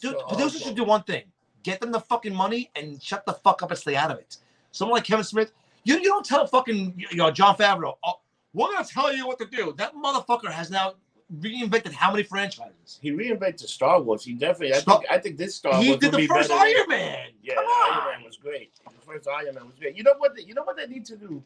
S2: Dude,
S1: uh,
S2: producers should do one thing: get them the fucking money and shut the fuck up and stay out of it. Someone like Kevin Smith, you, you don't tell fucking you know, John Favreau. "Oh, we're gonna tell you what to do. That motherfucker has now reinvented how many franchises?
S1: He reinvented Star Wars. He definitely. I
S2: Star-
S1: think. I think this Star
S2: he
S1: Wars would
S2: did the
S1: Uh, be
S2: first
S1: better than-
S2: Iron Man.
S1: Yeah,
S2: Come
S1: Iron
S2: on.
S1: Man was great. The first Iron Man was great. You know what? The, you know what they need to do.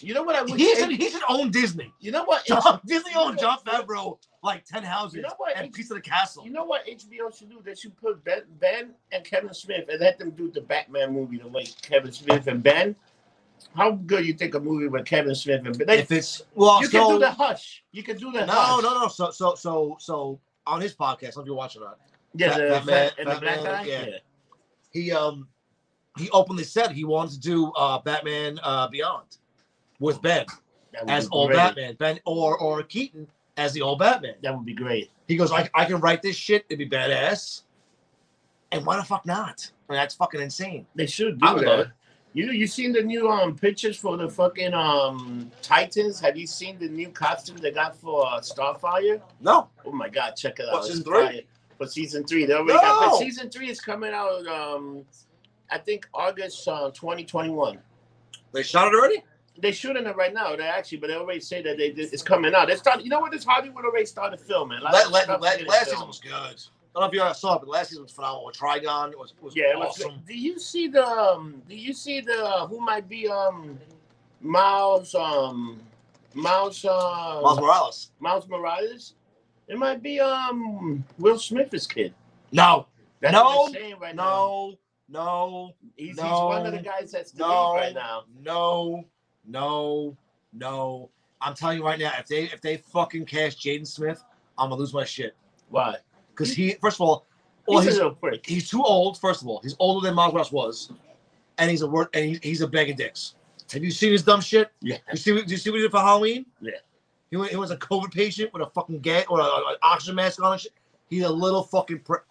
S1: You know what I wish.
S2: He should, he should own Disney.
S1: you know what?
S2: John, Disney owned John Favreau like ten houses
S1: You know what?
S2: and a piece of the castle.
S1: You know what HBO should do? They should put Ben, ben and Kevin Smith and let them do the Batman movie the way Kevin Smith and Ben. How good you think a movie with Kevin Smith and Ben? They,
S2: if it's well,
S1: you
S2: so,
S1: can do the Hush. You can do the
S2: no,
S1: Hush.
S2: no, no. So, so, so, so on his podcast, I don't know if you watch it or not.
S1: Yeah, the,
S2: Batman-
S1: fat- and the black
S2: Batman,
S1: guy.
S2: yeah.
S1: Yeah.
S2: he um he openly said he wanted to do uh Batman uh Beyond with Ben
S1: That would
S2: as
S1: be
S2: old
S1: great.
S2: Batman, Ben or or Keaton as the old Batman.
S1: That would be great.
S2: He goes, I, I can write this shit, it'd be badass. And why the fuck not? I mean, that's fucking insane.
S1: They should do
S2: I would
S1: that.
S2: love it.
S1: You you seen the new um pictures for the fucking um Titans? Have you seen the new costume they got for uh, Starfire?
S2: No.
S1: Oh my god, check it
S2: What,
S1: out! It's
S2: season three?
S1: fire. For season three, they already got.
S2: No!
S1: But season three is coming out. Um, I think August uh, twenty twenty one.
S2: They shot it already?
S1: They're shooting it right now. They actually, but they already say that they did, it's coming out. They start. You know what? This Hollywood already started filming. A lot
S2: Let,
S1: of
S2: let,
S1: stuff
S2: let,
S1: getting
S2: last
S1: filmed.
S2: season was good. I don't know if you all saw it, but last season was phenomenal. With Trigon, it was, was
S1: Yeah, it was
S2: awesome.
S1: good. Do you see the? Um, do you see the? Uh, who might be? Um, Miles. Um, Miles. Uh,
S2: Miles Morales.
S1: Miles Morales. It might be. Um, Will Smith's kid.
S2: No,
S1: That's
S2: No,
S1: what they're saying right now.
S2: no, no,
S1: He's, he's
S2: no,
S1: one of the guys that's the
S2: no,
S1: lead right now.
S2: No, no, no. I'm telling you right now, if they if they fucking cast Jaden Smith, I'm gonna lose my shit.
S1: Why?
S2: Because he, first of all, well,
S1: he's,
S2: he's
S1: a little prick.
S2: he's too old. First of all, he's older than Miles Morales was, and he's a word and he, he's a bag of dicks. Have you seen his dumb shit?
S1: Yeah.
S2: You see? what- Do you see what he did for Halloween?
S1: Yeah.
S2: He, went, he was a COVID patient with a fucking gag or a- an oxygen mask on and shit. He's a little fucking prick.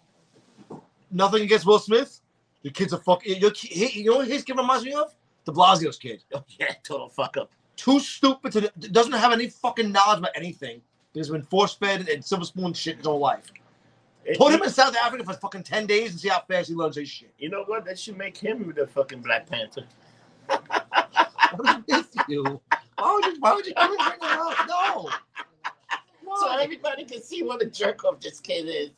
S2: Nothing against Will Smith. The kid's a fucking. Your, ki- he, you know what his kid reminds me of? De Blasio's kid
S1: Oh, yeah, total fuck up.
S2: too stupid to doesn't have any fucking knowledge about anything. He's been force fed and silver spoon shit his whole life.
S1: It-
S2: Put him
S1: it-
S2: in South Africa for fucking ten days and see how fast he learns his shit.
S1: You know what? They should make him the fucking Black Panther.
S2: What is with you? Why would you? Why would you even bring it up? No. No.
S1: so everybody can see what a jerk off this kid is.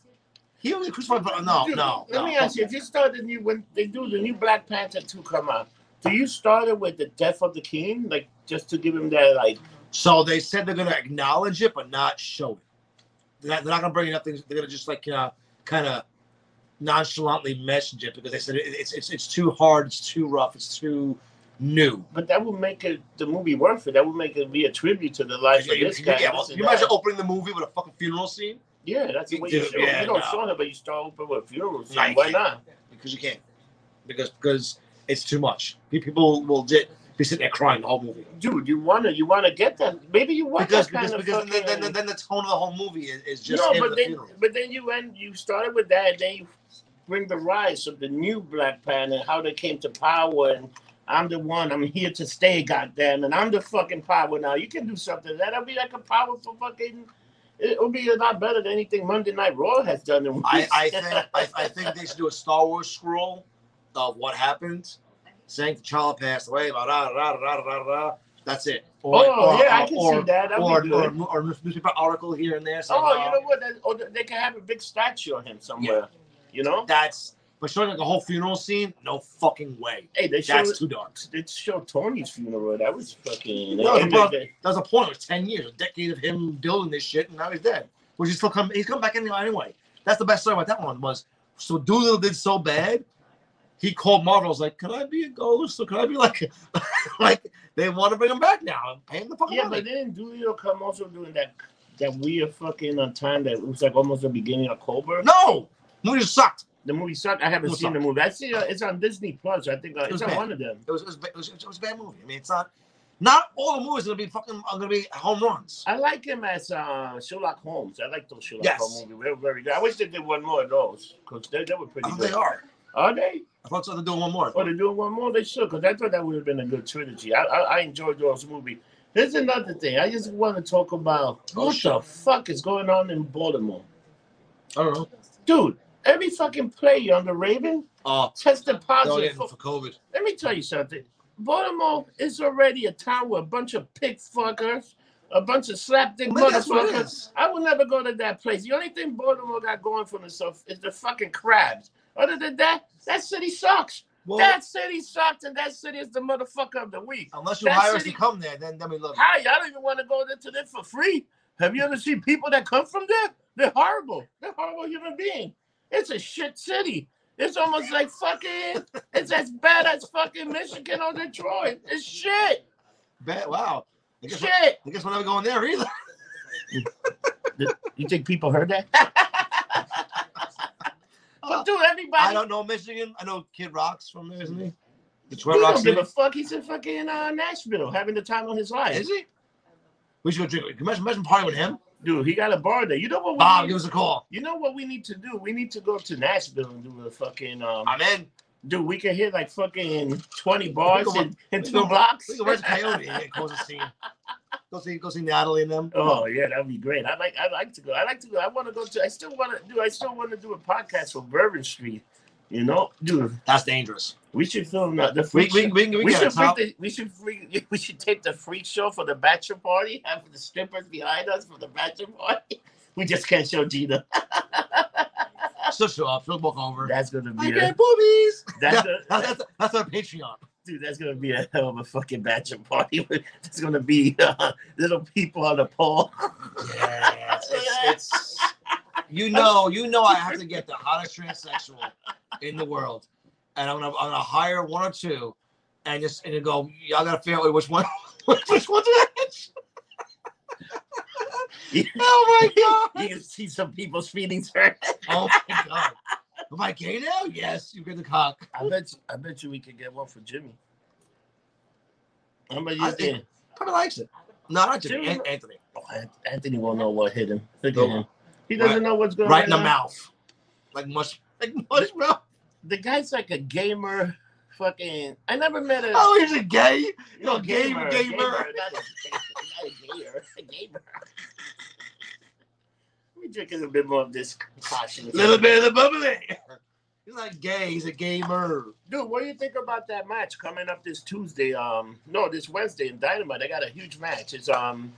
S2: he only crucified. but No,
S1: Dude,
S2: no.
S1: Let
S2: no.
S1: me ask you: If you start the new when they do the new Black Panther two come out, do you start it with the death of the king, like just to give him that like?
S2: So they said they're going to acknowledge it, but not show it. They're not, they're not going to bring it up. They're going to just like uh, kind of nonchalantly message it because they said it, it's it's it's too hard, it's too rough, it's too new.
S1: But that would make it the movie worth it. That would make it be a tribute to the life of
S2: You-
S1: this guy.
S2: yeah, well,
S1: this and
S2: you imagine
S1: that.
S2: opening the movie with a fucking funeral scene
S1: yeah, that's the way
S2: Dude,
S1: you show.
S2: yeah,
S1: you don't
S2: no.
S1: show it, but you start open with funerals.
S2: No, you
S1: why
S2: can't.
S1: not?
S2: because you can't because because it's too much. Pe- People will di- be sitting there crying the whole movie.
S1: Dude, you wanna you wanna get that? Maybe you want
S2: Because
S1: that kind
S2: because,
S1: of
S2: because then,
S1: fucking-
S2: then, then, then the tone of the whole movie is, is just
S1: no,
S2: him at
S1: but
S2: the
S1: then
S2: funeral.
S1: but then you end you started with that, and then you bring the rise of the new Black Panther, how they came to power, and I'm the one, I'm here to stay, goddamn, and I'm the fucking power now. You can do something that'll be like a powerful fucking. It'll be a lot better than anything Monday Night Raw has done. In
S2: I,
S1: weeks.
S2: I think I, I think they should do a Star Wars scroll of what happened, saying T'Challa passed away. Blah, blah, blah, blah, blah, blah. That's it. Or,
S1: oh
S2: or-
S1: yeah, I
S2: or-
S1: can
S2: or,
S1: see that. That'd
S2: Or,
S1: be
S2: or,
S1: good.
S2: or newspaper article here and there. Saying, uh,
S1: oh, you know what? That, or they can have a big statue of him somewhere. You know?
S2: That's but showing like a whole funeral scene. No fucking way.
S1: Hey, they show
S2: That's too dark.
S1: they show Tony's funeral. That was fucking.
S2: No,
S1: they-
S2: bro.
S1: they-
S2: That was a point. It was ten years, a decade of him building this shit, and now he's dead. Which he's still come. He's come back in there anyway. That's the best story about that one was. So Doolittle did so bad, he called Marvel. Was like, "Can I be a ghost? Or can I be like, like they want to bring him back now and pay him the fucking
S1: Yeah,
S2: money?"
S1: but then Doolittle come also doing that that weird fucking uh, time that it was like almost the beginning of Cobra.
S2: no, movie just sucked.
S1: The movie sucked. I haven't
S2: It
S1: seen the movie. I see uh, it's on Disney Plus. I think uh,
S2: It was
S1: it's on
S2: bad.
S1: one of them.
S2: It was, it was it was it was a bad movie. I mean, it's not. Not all the movies are gonna be fucking are gonna be home runs.
S1: I like him as uh, Sherlock Holmes. I like those Sherlock
S2: Yes.
S1: Holmes movies. They're very good. I wish they did one more of those because they, they were
S2: I
S1: pretty
S2: think
S1: good.
S2: they are.
S1: Are they?
S2: I thought so. They're doing one more.
S1: Oh, they're doing one more. They should because I thought that would have been a good trilogy. I I, I enjoyed those movies. There's another thing. I just want to talk about
S2: Oh,
S1: what the
S2: sure.
S1: fuck is going on in Baltimore,
S2: I don't know.
S1: dude. Every fucking player on the Raven
S2: Oh,
S1: tested
S2: they're all
S1: positive.
S2: getting
S1: For,
S2: for COVID.
S1: let me tell you something. Baltimore is already a town with a bunch of pig fuckers, a bunch of slapdick
S2: Maybe that's what it
S1: motherfuckers.
S2: is.
S1: I will never go to that place. The only thing Baltimore got going for itself is the fucking crabs. Other than that, that city sucks.
S2: Well,
S1: that city sucks, and that city is the motherfucker of the week.
S2: Unless you
S1: That
S2: hire us
S1: city-
S2: to come there, then then we love you.
S1: Hi, I don't even want to go there to them for free. Have you ever seen people that come from there? They're horrible. They're horrible human beings. It's a shit city. It's almost like fucking. It's as bad as fucking Michigan or Detroit. It's shit.
S2: Bet, wow. I guess, we're-
S1: Shit.
S2: I guess we're never going there either.
S1: You think people heard that? but dude,
S2: I
S1: everybody.
S2: don't know Michigan. I know Kid Rock's from there, isn't he?
S1: He
S2: Detroit Rock
S1: don't give
S2: City.
S1: a fuck. He's in fucking uh, Nashville, having the time of his life.
S2: Is he? We should go drink. with- Imagine, imagine partying with him.
S1: Dude, he got a bar there. You know what? we
S2: Bob,
S1: need-
S2: give us a call.
S1: You know what we need to do? We need to go to Nashville and do a fucking um.
S2: I'm in.
S1: Dude, we can hit like fucking twenty bars
S2: We can-
S1: in, in
S2: we
S1: two
S2: can-
S1: blocks.
S2: We can rent a coyote and cause a scene. Go see, go see Natalie and them.
S1: Oh yeah, that'd be great. I like I like to go. I like to go. I want to go to. I still want to do. I still want to do a podcast for Bourbon Street. You know, dude,
S2: That's dangerous.
S1: we should film the, the
S2: We
S1: freak.
S2: we
S1: show.
S2: we, we,
S1: We,
S2: we
S1: should
S2: get a
S1: freak
S2: top.
S1: the, we should freak, we should take the freak show for the bachelor party. Have the strippers behind us for the bachelor party. We just can't show Gina.
S2: She'll show up. She'll walk over.
S1: That's gonna
S2: I
S1: be a,
S2: get boobies.
S1: that's
S2: That-
S1: gonna,
S2: that's, that's, that's our Patreon.
S1: Dude, that's gonna be a hell of a fucking bachelor party. It's gonna be uh, little people on the pole.
S2: Yeah, it's, it's, it's- you know, you know, I have to get the hottest transsexual in the world, and I'm gonna, I'm gonna hire one or two, and just and go, y'all gotta figure out which one, which one's which. oh my
S1: You can see some people's feelings hurt.
S2: god! Oh my god! Am I gay now? Yes, you get the cock.
S1: I bet you, I bet you we could get one for Jimmy. How about
S2: I
S1: you
S2: think-
S1: think?
S2: Probably likes it. No, not Jimmy.
S1: Jimmy-
S2: An- Anthony.
S1: Oh, An- Anthony won't know what hit him. Look at
S2: Nope.
S1: him. He doesn't
S2: Right-
S1: know what's going on.
S2: Right in the
S1: now.
S2: mouth, like mush, like mush, bro.
S1: The guy's like a gamer. Fucking, I never met a
S2: Oh, he's a gay. no, gamer, gamer.
S1: Not a, not a gayer, a gamer. Let me drink a little bit more of this caution.
S2: Little bit of the bubbly. He's not gay. He's a gamer.
S1: Dude, what do you think about that match coming up this Tuesday? Um, no, this Wednesday in Dynamite. They got a huge match. It's um,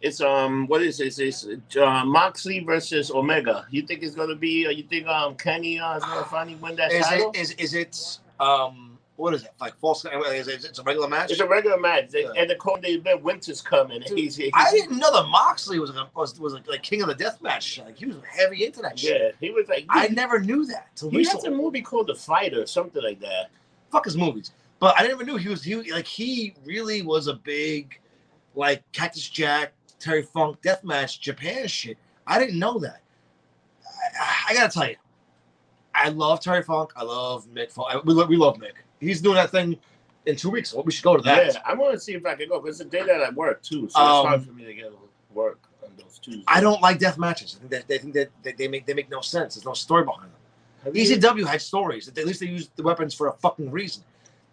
S1: it's um, what is this? It's uh, Moxley versus Omega. You think it's gonna be? Uh, you think um, Kenny uh, is gonna finally win that
S2: Is
S1: title?
S2: it is is it um what is it like false? Is it, it's a regular match.
S1: it's a regular match, They-
S2: Yeah.
S1: and the cold day event Winter's coming. and He's, he's
S2: I didn't know that Moxley was a, was was like, like king of the death match. shit. Like he was heavy into that shit.
S1: yeah, he was like,
S2: I never knew that. Till
S1: he has
S2: recently.
S1: a movie called The Fighter, or something like that.
S2: fuck his movies. But I never knew he was he like he really was a big like Cactus Jack, Terry Funk, Deathmatch, Japan shit. I didn't know that. I, I gotta tell you, I love Terry Funk. I love Mick. Funk. I- we, lo- we love Mick. He's doing that thing in two weeks. So we should go to that.
S1: Yeah, I want to see if I can go because it's the day that I work too, so
S2: Um,
S1: it's hard for me to get work on those Tuesdays.
S2: I don't like death matches. I think that they think that, that they make they make no sense. There's no story behind them.
S1: Have you-
S2: ECW E had stories. At least they used the weapons for a fucking reason.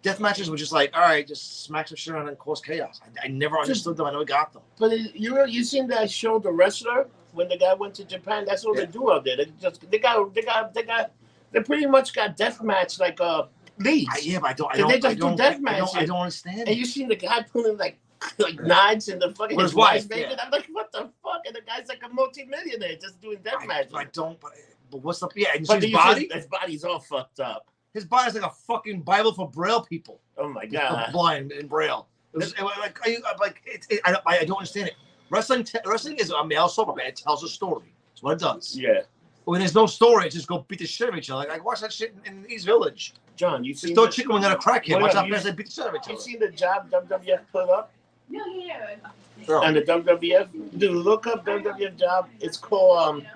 S2: Death matches were just like, all right, just smack some shit around and cause chaos. I, I never
S1: Just-
S2: understood them. I never got them.
S1: But it, you know, you seen that show, The Wrestler, when the guy went to Japan. That's what
S2: Yeah.
S1: they do out there. They just they got they got they got they pretty much got deathmatch like uh leagues.
S2: I, yeah, but I don't. I
S1: Did
S2: don't.
S1: they just
S2: I
S1: do
S2: don't,
S1: death
S2: I don't, I
S1: matches?
S2: don't understand.
S1: and you seen the guy pulling like like knives in the fucking
S2: With his wife,
S1: making-
S2: yeah.
S1: I'm like, what the fuck? And the guy's like a multimillionaire just doing
S2: I,
S1: deathmatch.
S2: I
S1: Like,
S2: don't. But, but what's the? Yeah, and you see
S1: but
S2: his
S1: you see
S2: body.
S1: his body's all fucked up.
S2: His body's like a fucking Bible for Braille people.
S1: Oh my
S2: Yeah.
S1: god.
S2: Blind in Braille. It was, it was like, I, I'm like it, it, I, don't, I don't understand it. Wrestling, te- wrestling is a male soap opera. It tells a story. That's what it does.
S1: Yeah,
S2: When there's no story, it's just go beat the shit out of each other. Like I watch that shit in, in East Village.
S1: John, you seen
S2: Just throw
S1: the-
S2: chicken wing at a crackhead.
S1: Well,
S2: Watch
S1: yeah,
S2: how
S1: you-
S2: fast they beat the shit out of each
S1: You
S2: other.
S1: seen the job WWF put up?
S3: No, yeah, yeah.
S2: Bro,
S1: on the WWF. Dude, look up WWF job. It's called. Um,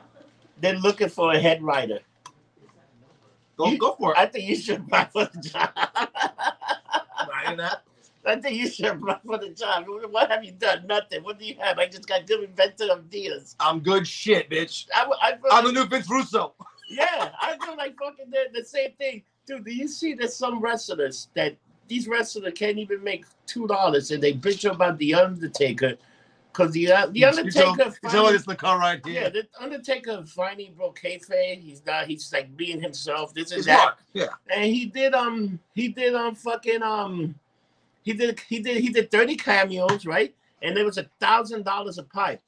S1: they're looking for a head writer.
S2: go,
S1: you-
S2: go for it.
S1: I think you should apply for the job.
S2: I, that.
S1: I think you should apply for the job. What what have you done? Nothing. What do you have? I just got good inventive ideas.
S2: I'm good shit, bitch.
S1: I, w- I feel
S2: I'm the
S1: like-
S2: new Vince Russo.
S1: yeah, I feel like fucking the, the same thing. Dude, do you see that some wrestlers that these wrestlers can't even make two dollars and they bitch about the Undertaker because the uh, the
S2: You tell-
S1: Undertaker.
S2: You
S1: finally-
S2: tell it's the car right here.
S1: Yeah, the Undertaker finally broke kayfabe. He's not. He's like being himself. This is
S2: It's
S1: that.
S2: Mark. Yeah.
S1: And he did um. He did um. Fucking um. He did. He did. He did thirty cameos, right? And it was a thousand dollars a pipe,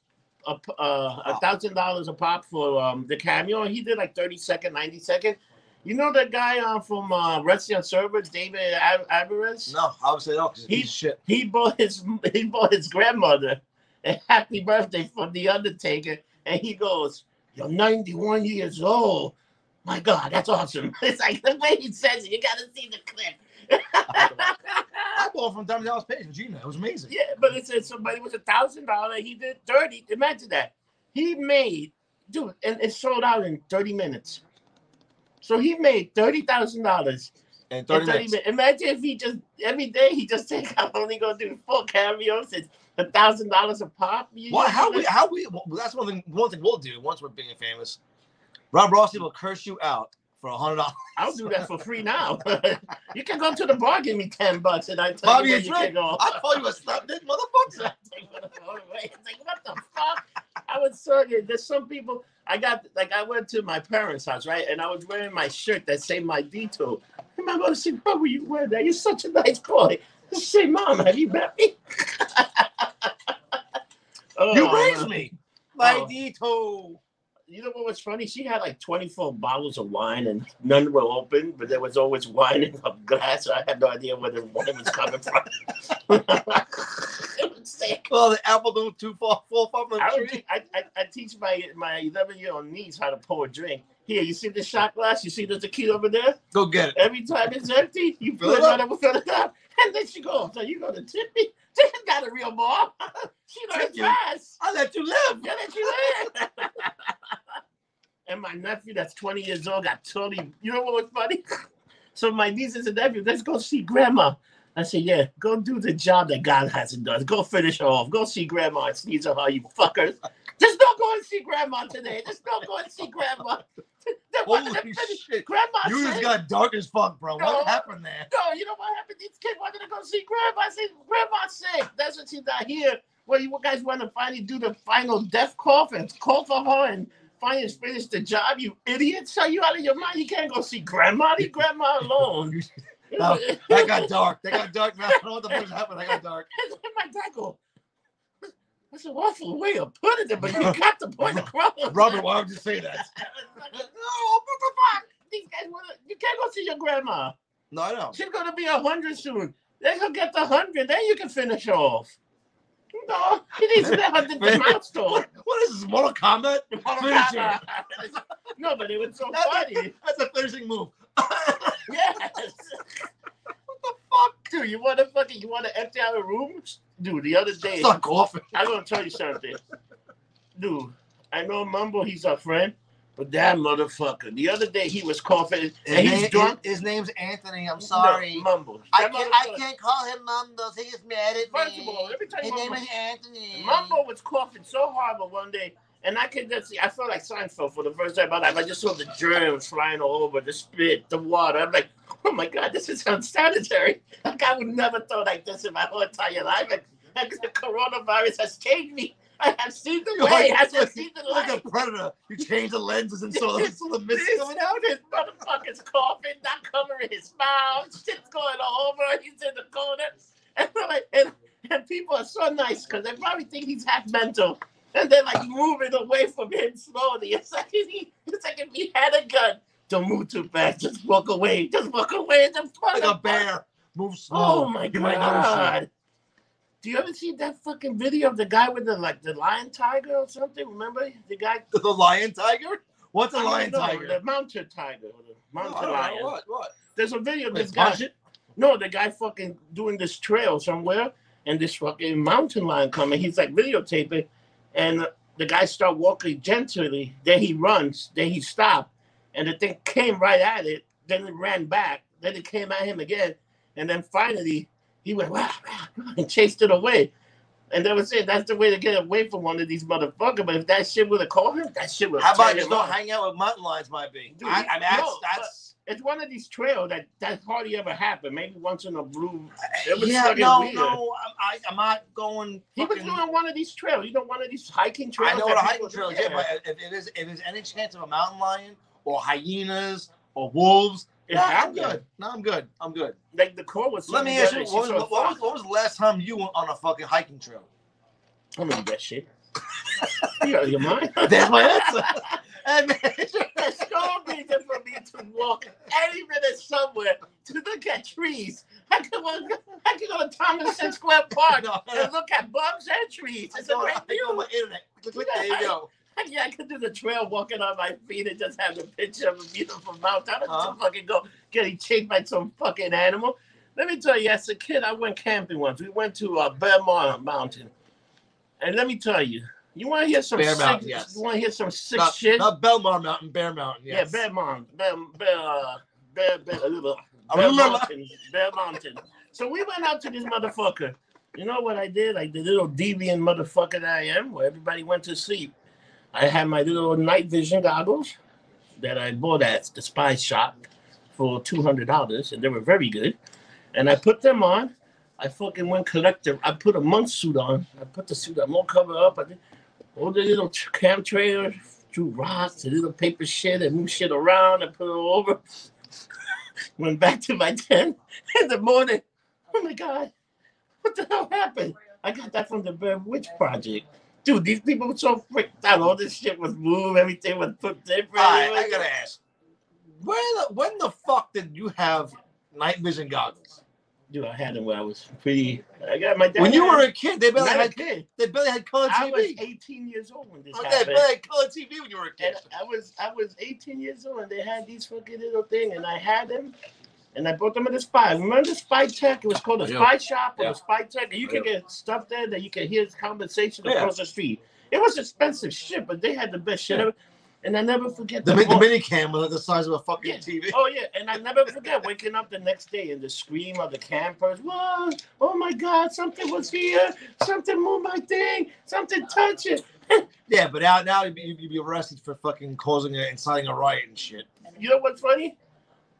S1: a p- uh, a
S2: Wow.
S1: thousand dollars a pop for um the cameo. And he did like thirty second, ninety second. You know that guy uh, from uh, Wrestling Server, David Av- Alvarez?
S2: No, obviously not. 'cause
S1: He-
S2: He's shit.
S1: He bought his he bought his grandmother a happy birthday from the Undertaker, and he goes, "You're 91 years old. My God, that's awesome!" It's like the way he says it. You gotta see the clip.
S2: I bought from Diamond Dallas Page, Gina. It was amazing.
S1: yeah, but it said somebody was a thousand dollar. He did 30. Imagine that. He made dude, and it sold out in 30 minutes. So he made thirty thousand dollars
S2: And
S1: in
S2: 30 minutes.
S1: minutes. Imagine if he just every day he just think I'm only gonna do four cameos and a thousand dollars a pop. You
S2: Well,
S1: just-
S2: how we, how we, well, that's one thing, one thing we'll do once we're big and famous. Rob Rossi will curse you out for a hundred dollars.
S1: I'll do that for free now. you can go to the bar, give me ten bucks, and I tell
S2: Bobby,
S1: you, where
S2: it's
S1: you
S2: right.
S1: can go.
S2: I'll call you a snub dick motherfucker.
S1: it's like what the fuck? I was so good. There's some people I got like I went to my parents' house, right? And I was wearing my shirt that said my detour. And my mother said, What were you wearing that? You're such a nice boy. I said, Mom, have you met me? Oh,
S2: You raised me. My
S1: Oh.
S2: Dito.
S1: You know what was funny? She had like 24 bottles of wine and none were open, but there was always wine in her glass. I had no idea where the wine was coming from. it was sick.
S2: Well, the apple don't too far fall from the
S1: I, would,
S2: tree.
S1: te- I, I, I teach my my 11 year old niece how to pour a drink. Here, you see the shot glass? You see the tequila over there?
S2: Go get it.
S1: Every time it's empty, you
S2: Fill
S1: fill it
S2: it up.
S1: up, fill it up, and then she goes, "So you gonna tip me? She's not a real mom. she learned
S2: Tip you.
S1: fast.
S2: I let you live.
S1: Yeah, that you learn." and my nephew, that's 20 years old, got totally. You know what was funny? so my nieces and nephew, let's go see grandma. I said, yeah, go do the job that God hasn't done. Go finish her off. Go see grandma and sneeze on her, you fuckers. Just don't go and see grandma today. Just don't go and see grandma. Then what-
S2: Holy shit.
S1: grandma
S2: You
S1: said-
S2: just got dark as fuck, bro.
S1: No.
S2: What happened there?
S1: no, you know what happened? These kids wanted to go see grandma. I said, Grandma's sick. That's what she's not here. Well, you guys want to finally do the final death cough and cough on her and finance finish the job, you idiots. Are you out of your mind? You can't go see grandma. Leave grandma alone.
S2: No, That got dark. That got dark, man. I don't know what the fuck happened. That got dark.
S1: my dad go, that's an awful way of putting it, but you got the point across.
S2: Robert, why would you say that?
S1: no, what the fuck? These guys wanna, you can't go see your grandma.
S2: No, I know.
S1: She's gonna be a hundred soon. Then he'll get the hundred. Then you can finish off. No, he needs the hundred
S2: Man.
S1: milestone.
S2: What, what is this? Mortal Kombat? Finish her.
S1: no, but it was so
S2: That-
S1: funny.
S2: That's a finishing move.
S1: Yes. what the fuck, dude? You want to fucking you want to empty out a room, dude? The other day,
S2: Suck off.
S1: I'm gonna tell you something, dude. I know Mumbo, he's our friend, but that motherfucker. The other day he was coughing and he's drunk.
S2: His, name's Anthony. I'm
S1: No,
S2: sorry.
S1: Mumbo.
S2: I
S1: That
S2: can't, I
S1: motherfucker-
S2: can't call him Mumbo. He gets mad at
S1: First
S2: me.
S1: of all, let me tell you
S2: His name
S1: Mumbo.
S2: is Anthony.
S1: Mumbo was coughing so hard, but one day, and I could just see, I felt like Seinfeld for the first time in my life. I just saw the germs flying all over, the spit, the water. I'm like, oh my God, this is unsanitary. Like, I would never thought like this in my whole entire life. Like, like, the coronavirus has changed me. I have seen the
S2: You're
S1: way.
S2: like-
S1: I have seen the
S2: Like
S1: light.
S2: a predator. You change the lenses and saw the, saw the mist
S1: This
S2: coming out.
S1: this motherfucker's coughing, not covering his mouth. Shit's going all over. He's in the corner, and we're like, and, and people are so nice because they probably think he's half mental, and they're like moving away from him slowly. It's like he, it's like if he had a gun. Don't move too fast. Just walk away. Just walk away. Just
S2: Like a bear. Move slow.
S1: Oh my
S2: You might notice
S1: god! Do you ever see that fucking video of the guy with the like the lion tiger or something? Remember the guy
S2: it. The lion tiger? What's a
S1: I don't
S2: lion
S1: know,
S2: tiger?
S1: The mountain tiger. or The
S2: No, I
S1: mountain
S2: don't know.
S1: lion.
S2: What? What?
S1: There's a video of
S2: Wait,
S1: this guy.
S2: punch it?
S1: No, the guy fucking doing this trail somewhere, and this fucking mountain lion coming. He's like videotaping, and the guy start walking gently. Then he runs. Then he stopped, and the thing came right at it. Then it ran back. Then it came at him again, and then finally he went wow, wow, and chased it away. And that was it. That's the way to get away from one of these motherfuckers. But if that shit would have caught him, that shit would.
S2: How about just don't hang out with mountain lions, might be.
S1: Dude,
S2: I, I mean, that's,
S1: no,
S2: that's
S1: it's one of these trails that that hardly ever happened. Maybe once in a blue. It was
S2: yeah,
S1: fucking
S2: no,
S1: weird.
S2: no, I'm, I, I'm not going.
S1: He was
S2: fucking-
S1: doing one of these trails. You know, one of these hiking trails.
S2: I know
S1: that
S2: what a hiking
S1: people
S2: trail
S1: do.
S2: is, yeah, but if it is, if there's any chance of a mountain lion or hyenas or wolves,
S1: It
S2: nah, I'm
S1: happened.
S2: good. No, I'm good. I'm good.
S1: Like the core was.
S2: Let me
S1: something
S2: ask you,
S1: better.
S2: what
S1: She
S2: was,
S1: saw a
S2: what, was,
S1: fox.
S2: what was the last time you went on a fucking hiking trail?
S1: I remember that shit. you out of your mind?
S2: That's my answer. Hey, man,
S1: There's no reason for me to walk any minute somewhere to look at trees. I could walk. I could go to Thomason Square Park
S2: No.
S1: and look at bugs and trees.
S2: I
S1: It's a
S2: go-
S1: great
S2: I go on
S1: view.
S2: my internet. Click, click, There you go.
S1: Yeah, I could do the trail walking on my feet and just have a picture of a beautiful mountain. I don't
S2: Huh?
S1: just fucking go getting chased by some fucking animal. Let me tell you, as a kid, I went camping once. We went to uh, Bear Mar Mountain, and let me tell you, you want to hear some
S2: Bear
S1: sick,
S2: Mountain, yes.
S1: you want to hear some sick
S2: Not,
S1: shit?
S2: not Belmar Mountain, Bear Mountain. Yes.
S1: Yeah, Bear Mountain, Bear Bear uh, Bear Bear, uh,
S2: I
S1: Bear
S2: remember-
S1: Mountain, Bear Mountain. So we went out to this motherfucker. You know what I did? Like the little deviant motherfucker that I am, where everybody went to sleep. I had my little night vision goggles that I bought at the spy shop for two hundred dollars, and they were very good. And I put them on. I fucking went collector. I put a monk suit on. I put the suit. I'm all covered up. I did all the little tr- camp trailers, threw rocks, the little paper shit, and moved shit around. I put it all over. Went back to my tent in the morning. Oh my god, what the hell happened? I got that from the Bear Witch Project. Dude, these people were so freaked out. All this shit was moved. Everything was put different.
S2: All right, I gotta ask. Where the, when the fuck did you have night vision goggles?
S1: Dude, I had them when I was pretty. I got my dad.
S2: When you were a kid, they barely
S1: not a
S2: had
S1: kid,
S2: they barely had color TV.
S1: I was 18 years old when this
S2: Oh, they
S1: happened.
S2: barely had color TV when you were a kid.
S1: And I was I was 18 years old, and they had these fucking little thing, and I had them, and I bought them at the spy. Remember the spy tech? It was called a
S2: Yeah.
S1: spy shop or
S2: Yeah.
S1: the spy tech, and you could
S2: Yeah.
S1: get stuff there that you could hear conversation
S2: Yeah.
S1: across the street. It was expensive shit, but they had the best shit
S2: Yeah.
S1: ever. And I never forget
S2: The,
S1: the
S2: mi- the
S1: mo-
S2: mini cam was the size of a fucking
S1: Yeah.
S2: TV.
S1: Oh yeah, and I never forget waking up the next day and the scream of the campers. Whoa! Oh my God! Something was here. Something moved my thing. Something touched it.
S2: Yeah, but now now you'd be, you'd be arrested for fucking causing a, inciting a riot and shit.
S1: You know what's funny?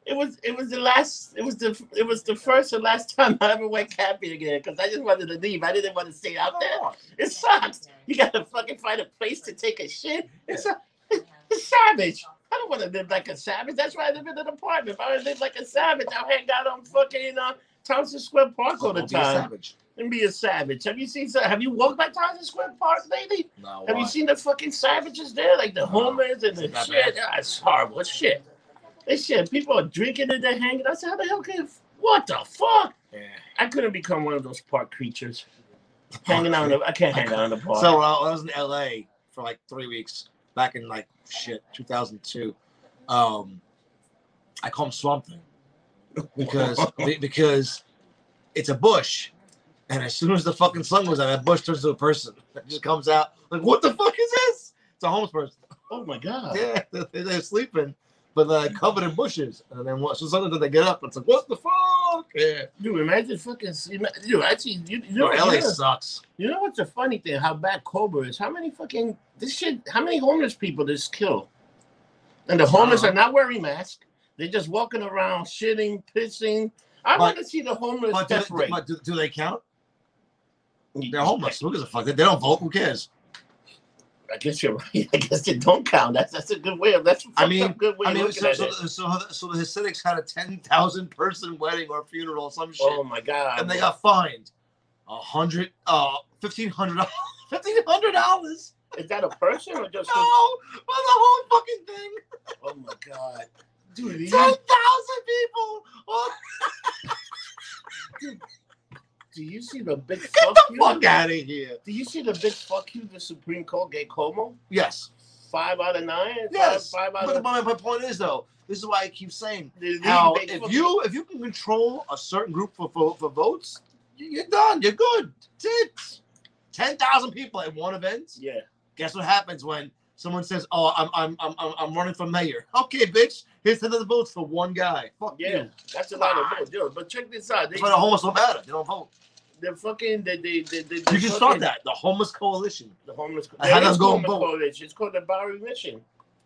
S1: It was it was the last it was the it was the first and last time I ever went camping again because I just wanted to leave. I didn't want to stay out there. It sucks. You gotta fucking find a place to take a shit. It's a, It's savage. I don't want to live like a savage. That's why I live in an apartment. If I would live like a savage, I'll hang out on fucking uh, Thompson Square Park all the
S2: Don't be a
S1: time
S2: savage.
S1: and be a savage. Have you seen? Have you walked by Thompson Square Park lately?
S2: No,
S1: Have
S2: why?
S1: you seen the fucking savages there? Like the homeless and the
S2: Not
S1: shit. Ah, it's horrible. It's shit. It's shit. People are drinking and they're hanging. I said, how the hell can? What the fuck?
S2: Yeah.
S1: I couldn't become one of those park creatures. Hanging out in the, I can't hang out in the park.
S2: So uh, I was in LA for like three weeks back in like shit 2002. Um, I call them Swamp Thing because be- because it's a bush, and as soon as the fucking sun goes out, that bush turns to a person. It just comes out like, what the fuck is this? It's a homeless person.
S1: oh my god.
S2: Yeah, they're, they're sleeping, but they're like, covered in bushes. And then once so suddenly they get up, it's like, what the fuck? Yeah.
S1: Dude, imagine fucking. Dude, actually, you, you, know,
S2: Yo, LA
S1: you, know,
S2: sucks.
S1: you know what's the funny thing? How bad Cobra is. How many fucking this shit? How many homeless people this kill? And the homeless
S2: Uh-huh.
S1: are not wearing masks. They're just walking around, shitting, pissing. I
S2: But-
S1: want to see the homeless
S2: But do,
S1: death
S2: they,
S1: rate.
S2: but do, do they count? They're homeless. Who gives a fuck? They they don't vote. Who cares?
S1: I guess you're right. I guess they don't count. That's that's a good way of. That's a
S2: I
S1: fucked
S2: mean-
S1: up good way
S2: I
S1: of
S2: mean,
S1: looking
S2: so,
S1: at
S2: so,
S1: it.
S2: the- so, the- so the Hasidics had a 10,000 person wedding or funeral, some shit,
S1: Oh my god!
S2: and they got fined a hundred, uh, fifteen hundred dollars. Fifteen hundred dollars?
S1: is that a person or just?
S2: No, for the whole fucking thing.
S1: oh my god, dude!
S2: Ten
S1: these-
S2: thousand people. Oh,
S1: do you see the big
S2: get
S1: fuck
S2: the
S1: you?
S2: fuck out of here.
S1: Do you see the big fuck you the Supreme Court gave Como?
S2: Yes,
S1: Five out of nine? Five-
S2: yes.
S1: Five, out
S2: But
S1: of
S2: my, my point is though, this is why I keep saying
S1: the league,
S2: how
S1: they
S2: if
S1: fucking-
S2: you if you can control a certain group for for, for votes, you- you're done. You're good. That's it. Ten thousand people at one event.
S1: Yeah.
S2: Guess what happens when someone says, "Oh, I'm I'm I'm I'm, I'm running for mayor." Okay, bitch. Here's ten other votes for one guy. Fuck
S1: Yeah.
S2: you.
S1: That's a lot of votes. Yo, but check this out. They,
S2: That's why the homeless don't matter. They don't vote.
S1: they're fucking they they they, they,
S2: You
S1: they
S2: can
S1: fucking-
S2: start that. The homeless coalition.
S1: The homeless
S2: I had
S1: There
S2: us
S1: is
S2: go
S1: homeless
S2: vote.
S1: coalition. It's called the Bowery Mission.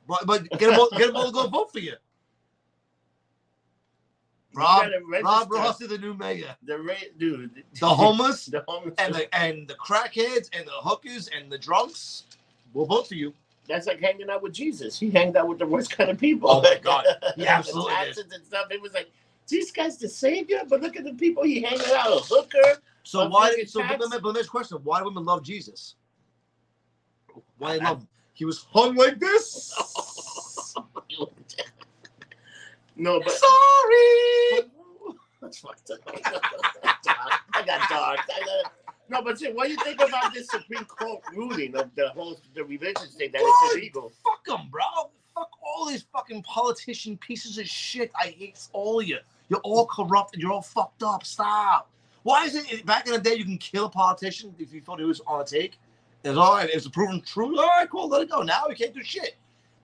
S2: But but get them all get them all to go vote for you.
S1: You
S2: Rob-
S1: gotta
S2: Rob
S1: register.
S2: Ross is the new mayor.
S1: The ra- dude.
S2: The homeless
S1: the homeless
S2: and the and the crackheads and the hookers and the drunks will vote for you.
S1: that's like hanging out with Jesus. He hanged out with the worst kind of people.
S2: Oh my God. He
S1: The
S2: absolutely
S1: taxes and stuff. It was like this guy's the savior, but look at the people he hanging out with. Hooker.
S2: So
S1: Of
S2: why?
S1: fucking
S2: So but,
S1: facts.
S2: but, but next question: Why do women love Jesus? Why they love him? He was hung like this.
S1: No, but
S2: Sorry.
S1: That's fucked up. I got dark. I got, no, but see, what do you think about this Supreme Court ruling of the whole the religious thing that it's
S2: Good.
S1: illegal?
S2: Fuck them, bro. Fuck all these fucking politician pieces of shit. I hate all of you. You're all corrupt and you're all fucked up. Stop. Why is it back in the day you can kill a politician if you thought he was on a take? It's all right. It's proven true. All right, cool. Let it go. Now we can't do shit.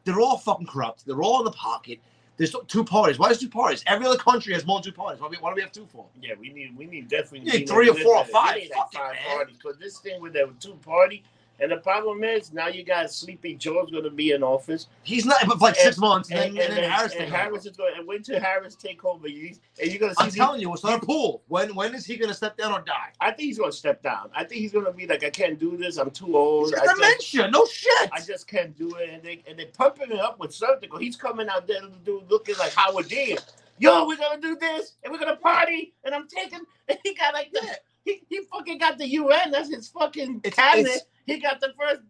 S2: They're all fucking corrupt. They're all in the pocket. There's two parties. Why is two parties? Every other country has more than two parties. Why do we, why do we have two for?
S1: Yeah, we need we need definitely
S2: You need three or four or five.
S1: We need like
S2: Fuck it,
S1: five
S2: man.
S1: parties because this thing with the two party. And the problem is now you got Sleepy Joe's going to be in office,
S2: He's not, but for like six months, and,
S1: and,
S2: then, and, then Harris.
S1: and
S2: takes
S1: Harris
S2: over.
S1: is going. And wait till Harris take over, you, and you're going to see.
S2: I'm
S1: these-
S2: telling you, it's not a pool. When when is he going to step down or die?
S1: I think he's going to step down. I think he's going to be like, I can't do this. I'm too old.
S2: He's got
S1: I just-
S2: dementia. No shit.
S1: I just can't do it. And they and they pumping it up with Serpico. He's coming out there to do looking like Howard Dean. Yo, we're gonna do this and we're gonna party. And I'm taking and he got like that. He, he fucking got the UN. That's his fucking
S2: It's-
S1: cabinet.
S2: it's-
S1: he got the first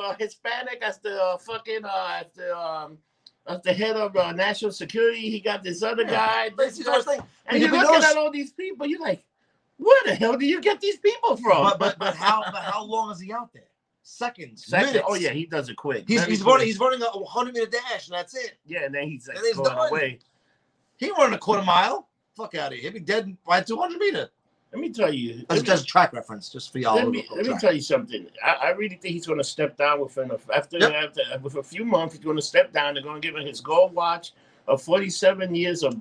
S1: uh, Hispanic as the uh, fucking uh, as the um as the head of uh, national security. He got this other
S2: Yeah.
S1: guy.
S2: But
S1: This
S2: it's the first
S1: person.
S2: thing.
S1: and
S2: you
S1: you're
S2: know,
S1: looking
S2: those-
S1: at all these people. You're like, where the hell do you get these people from?
S2: But, but but how but how long is he out there? Seconds.
S1: Second-
S2: minutes.
S1: oh yeah, he does it quick.
S2: He's,
S1: Very
S2: he's
S1: quick.
S2: running he's running a hundred meter dash and that's it.
S1: Yeah, and then he's like
S2: And he's
S1: going
S2: done.
S1: away.
S2: He ain't running a quarter mile. Fuck out of here. He'll be dead by two hundred meter.
S1: Let me tell you.
S2: That's,
S1: let me-
S2: that's a track reference, just for y'all.
S1: let me, let me tell you something. I, I really think he's going to step down within a, after,
S2: Yep.
S1: after with a few months. He's going to step down. They're going to give him his gold watch of forty seven years of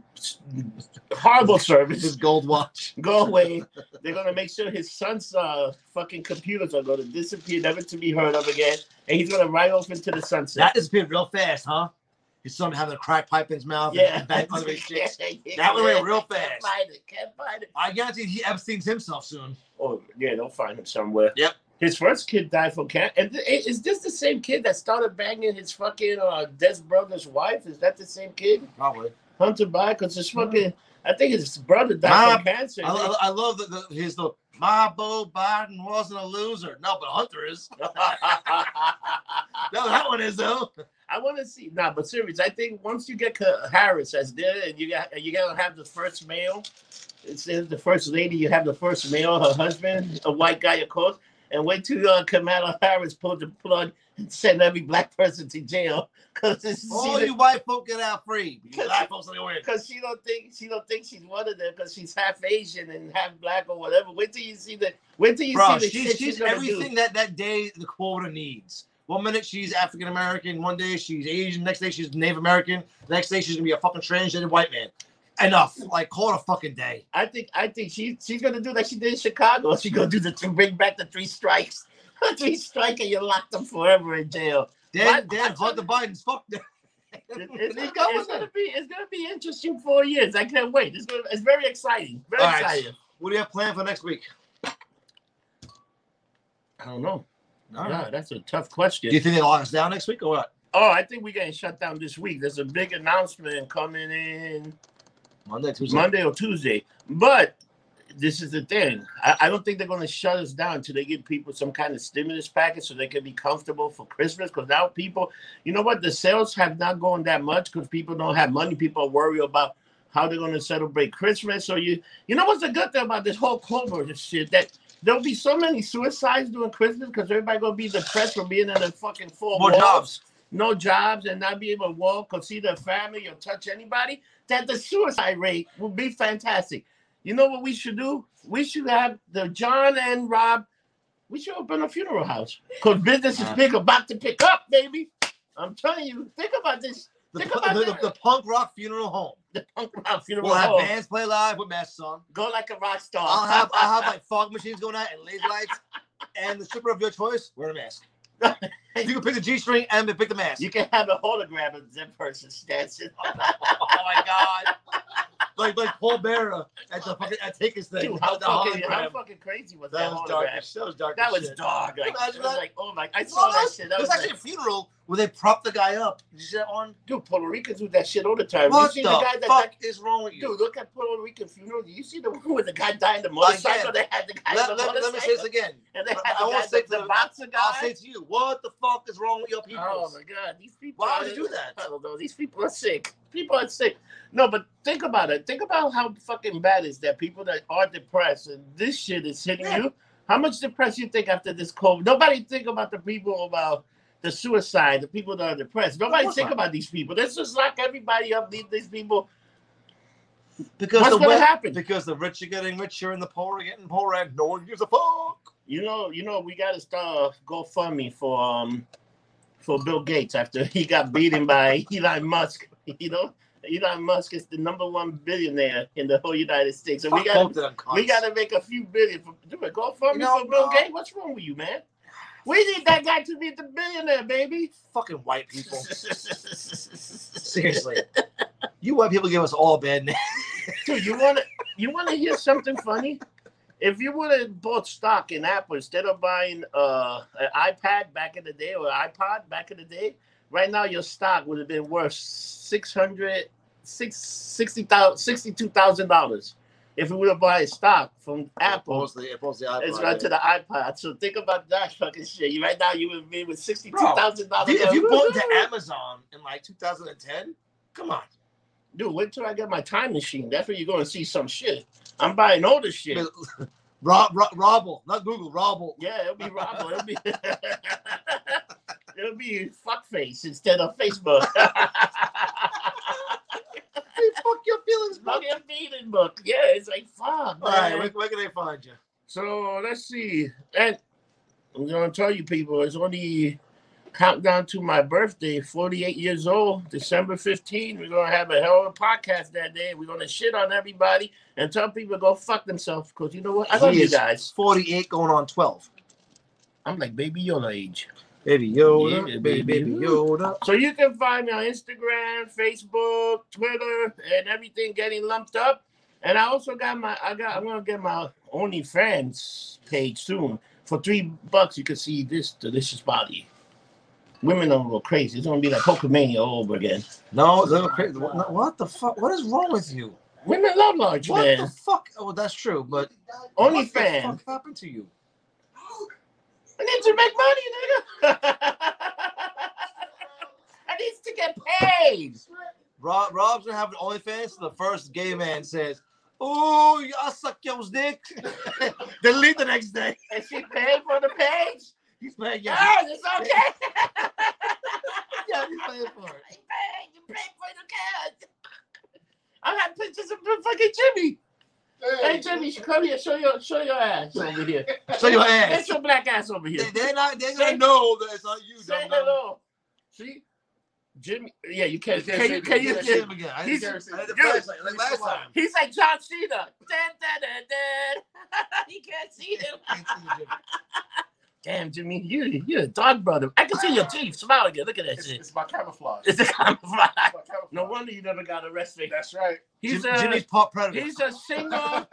S1: horrible
S2: his
S1: service.
S2: gold watch.
S1: Go away. They're going to make sure his son's uh, fucking computers are going to disappear, never to be heard of again, and he's going to ride off into the sunset.
S2: That disappeared real fast, huh? His son having a crack pipe in his mouth.
S1: yeah,
S2: And bang on the chicks.
S1: Yeah,
S2: That one
S1: yeah.
S2: went real
S1: Can't
S2: fast.
S1: find it. Can't find it.
S2: I guarantee he Epstein's himself soon.
S1: Oh yeah, they'll find him somewhere.
S2: Yep.
S1: His first kid died from cancer. And th- i- is this the same kid that started banging his fucking uh, Des brother's wife? Is that the same kid?
S2: Probably.
S1: Hunter Biden? Because his fucking, I think his brother died from cancer.
S2: I, I, I love that the, his the my Bo Biden wasn't a loser. No, but Hunter is. No, that one is though.
S1: I want to see. Nah, but serious. I think once you get Ka- Harris as there, and you got you gotta have the first male. It's the first lady. You have the first male, her husband, a white guy, of course. And wait till uh, Kamala Harris pulled the plug and send every black person to jail because
S2: All Oh, you white folk get out free. You black folks are the win.
S1: because she don't think she don't think she's one of them because she's half Asian and half black or whatever. Wait till you see the wait till you
S2: Bro,
S1: see the
S2: she's,
S1: shit
S2: she's
S1: gonna do.
S2: everything that that day the quota needs. One minute she's African American, one day she's Asian, next day she's Native American, next day she's gonna be a fucking transgender white man. Enough. Like call it a fucking day.
S1: I think I think she she's gonna do like she did in Chicago. She's gonna do the to bring back the three strikes, three strike, and you're locked up forever in jail.
S2: Then
S1: But-
S2: then Hunter Biden's fuck that.
S1: It- it- it's,
S2: Go
S1: it's
S2: with
S1: gonna
S2: it.
S1: be it's gonna be interesting four years. I can't wait. It's gonna, it's very exciting. Very
S2: All right.
S1: exciting.
S2: What do you have planned for next week?
S1: I don't know.
S2: All right.
S1: Yeah, that's a tough
S2: Do
S1: question.
S2: you think they lock us down next week or what?
S1: oh, I think we're getting shut down this week. There's a big announcement coming in
S2: Monday, Tuesday.
S1: Monday or Tuesday. But this is the thing. I, I don't think they're going to shut us down until they give people some kind of stimulus package so they can be comfortable for Christmas. Because now people, you know what? The sales have not gone that much because people don't have money. People are worried about how they're going to celebrate Christmas. So you, you know what's the good thing about this whole COVID shit that. There'll be so many suicides during Christmas because everybody gonna be depressed from being in the fucking four
S2: More
S1: walls
S2: jobs.
S1: no jobs and not be able to walk or see their family or touch anybody, that the suicide rate will be fantastic. You know what we should do? We should have the John and Rob. We should open a funeral house because business
S2: Uh-huh.
S1: is big, about to pick up, baby. I'm telling you, think about this.
S2: The,
S1: Think
S2: pu-
S1: about
S2: the-
S1: that.
S2: the- the punk rock funeral home.
S1: The punk rock funeral
S2: We'll have
S1: hall.
S2: bands play live with masks on.
S1: Go like a rock star.
S2: I'll have I'll have like fog machines going out and laser lights. And the stripper of your choice, wear a mask. you can pick the G string and then pick the mask.
S1: you can have a hologram of that person dancing.
S2: oh my god. Like like Paul Bearer at the fucking at Tickets thing.
S1: Dude, how,
S2: The
S1: fucking,
S2: hologram.
S1: how fucking crazy was that,
S2: that was dark.
S1: hologram?
S2: as- That was dark.
S1: That
S2: as
S1: was
S2: shit.
S1: dog. Like, I was
S2: Imagine that.
S1: like, oh my! I saw
S2: Well,
S1: that
S2: was-
S1: shit. That
S2: There
S1: was
S2: was
S1: like,
S2: actually a funeral where they propped the guy up. Did you see that on?
S1: Dude, Puerto Ricans do that shit all the time.
S2: What
S1: you
S2: the
S1: see the, guy that
S2: fuck is wrong with
S1: died-
S2: you?
S1: dude, look at Puerto Rican funeral. You see the one where the guy died in the
S2: Like, yeah.
S1: motorcycle? They had the guy
S2: let,
S1: in the
S2: let, let me say
S1: motorcycle,
S2: this again.
S1: And they
S2: I-
S1: had
S2: I
S1: the
S2: won't
S1: guy
S2: say
S1: the,
S2: to-
S1: boxer
S2: I'll
S1: guy.
S2: say to you, what the fuck is wrong with your people?
S1: Oh my god, these people!
S2: Why
S1: are-
S2: would you do that?
S1: I don't know. These people are sick. People are sick. No, but think about it. Think about how fucking bad is that. People that are depressed and this shit is hitting
S2: Yeah.
S1: you. How much depressed you think after this COVID? Nobody think about the people about the suicide, the people that are depressed. Nobody
S2: course
S1: think
S2: not.
S1: about these people. Let's just lock everybody up. Leave these people.
S2: Because
S1: What's
S2: the
S1: gonna
S2: we-
S1: happen?
S2: Because the rich are getting richer and the poor are getting poorer, and no one gives a fuck.
S1: You know, you know, we got to start GoFundMe for um for Bill Gates after he got beaten by Elon Musk. You know, Elon Musk is the number one billionaire in the whole United States, and we
S2: Fuck
S1: got
S2: both of them cunts.
S1: we got to make a few billion for do it. GoFundMe
S2: You know,
S1: for Bill
S2: uh,
S1: Gates. What's wrong with you, man? We need that guy to be the billionaire, baby.
S2: fucking white people. Seriously, you white people give us all bad names.
S1: Dude, you want to you want to hear something funny? If you would have bought stock in Apple instead of buying uh, an iPad back in the day or an iPod back in the day, right now your stock would have been worth six hundred six sixty thousand sixty two thousand dollars. If you would have bought stock from Apple,
S2: Opposed to the, opposed to the iPod,
S1: it's right to the iPod. So think about that fucking shit. You- Right now you would be with sixty two thousand dollars.
S2: Dude, if you bought into Amazon in like 2010, come on.
S1: dude, wait till I get my time machine. That's where you're going to see some shit. I'm buying older shit.
S2: Rob, Rob, Robble, not Google, Robble.
S1: Yeah, it'll be Robbo. It'll be it'll be fuckface instead of Facebook.
S2: Hey, fuck your feelings, bro.
S1: Fucking feeding book. Yeah, it's like fuck.
S2: All right,
S1: man.
S2: where, where can they find you?
S1: So let's see. And I'm gonna tell you people, it's only countdown to my birthday, 48 years old, December 15. We're gonna have a hell of a podcast that day. We're gonna shit on everybody and tell people to go fuck themselves. Cause you know what? I love
S2: He
S1: you
S2: is
S1: guys.
S2: 48 going on 12.
S1: I'm like baby Yoda age.
S2: Baby Yoda,
S1: Yeah,
S2: baby,
S1: baby.
S2: baby Yoda.
S1: So you can find me on Instagram, Facebook, Twitter, and everything getting lumped up. And I also got my I got I'm gonna get my OnlyFans page soon. for three bucks you can see this delicious body. Women are go crazy. It's gonna be like Pokemania all over again.
S2: No, they were crazy. What, what the fuck? What is wrong with you?
S1: Women love large
S2: What the
S1: men.
S2: fuck? Oh, that's true, but
S1: Only
S2: what the
S1: fan.
S2: fuck happened to you?
S1: I need to make money, nigga. I need to get paid.
S2: Rob Rob's gonna have an OnlyFans. So the first gay man says, "Oh, I suck your dick." Delete the next day.
S1: And she paid for the page.
S2: He's paying you.
S1: Yes, it's okay.
S2: Yeah, he's paying for it.
S1: I paid. You paid for the card. I have pictures of the fucking Jimmy. Hey Jimmy, come here. Show your show your ass over here.
S2: Show your
S1: Get
S2: ass.
S1: your black ass over here.
S2: They- They're not. They're
S1: Say-
S2: gonna know that it's not you.
S1: Say
S2: dumb dumb.
S1: hello. See, Jimmy. Yeah, you can't.
S4: You can't
S1: Can
S4: say
S1: you? Can you?
S4: that.
S2: Say him again. I
S1: He's-
S2: didn't- I did the
S1: Yo.
S2: flashlight, like last time.
S1: He's like John Cena. Dun, dun, dun, dun. you can't see him. Damn, Jimmy, you you're a dog brother. I can see your teeth. Smile again. Look at that
S4: It's,
S1: shit.
S4: it's my camouflage.
S1: It's a camouflage.
S4: It's my camouflage.
S1: No wonder you never got arrested.
S4: That's right.
S1: He's
S2: Jim-
S1: a
S2: Jimmy's part predator.
S1: he's uh, a single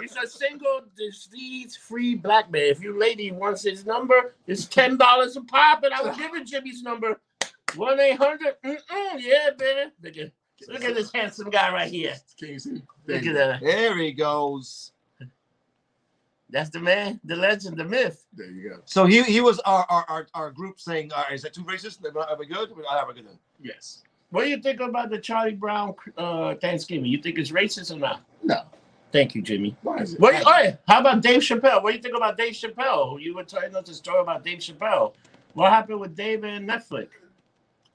S1: he's a single disease free black man. If your lady wants his number, it's ten dollars a pop, and I will give her Jimmy's number. One eight hundred. Yeah, baby. Look at, look at this handsome guy right here.
S4: Can you see?
S1: Look at that.
S2: There he goes.
S1: That's the man, the legend, the myth.
S4: There you go.
S2: So he he was our our, our, our group saying, all right, is that too racist? Am I, am I good? All right, we're good then.
S4: Yes.
S1: What do you think about the Charlie Brown uh, Thanksgiving? You think it's racist or not?
S4: No.
S1: Thank you, Jimmy.
S4: Why is it?
S1: What do you, all right, how about Dave Chappelle? What do you think about Dave Chappelle? You were telling us a story about Dave Chappelle. What happened with Dave and Netflix?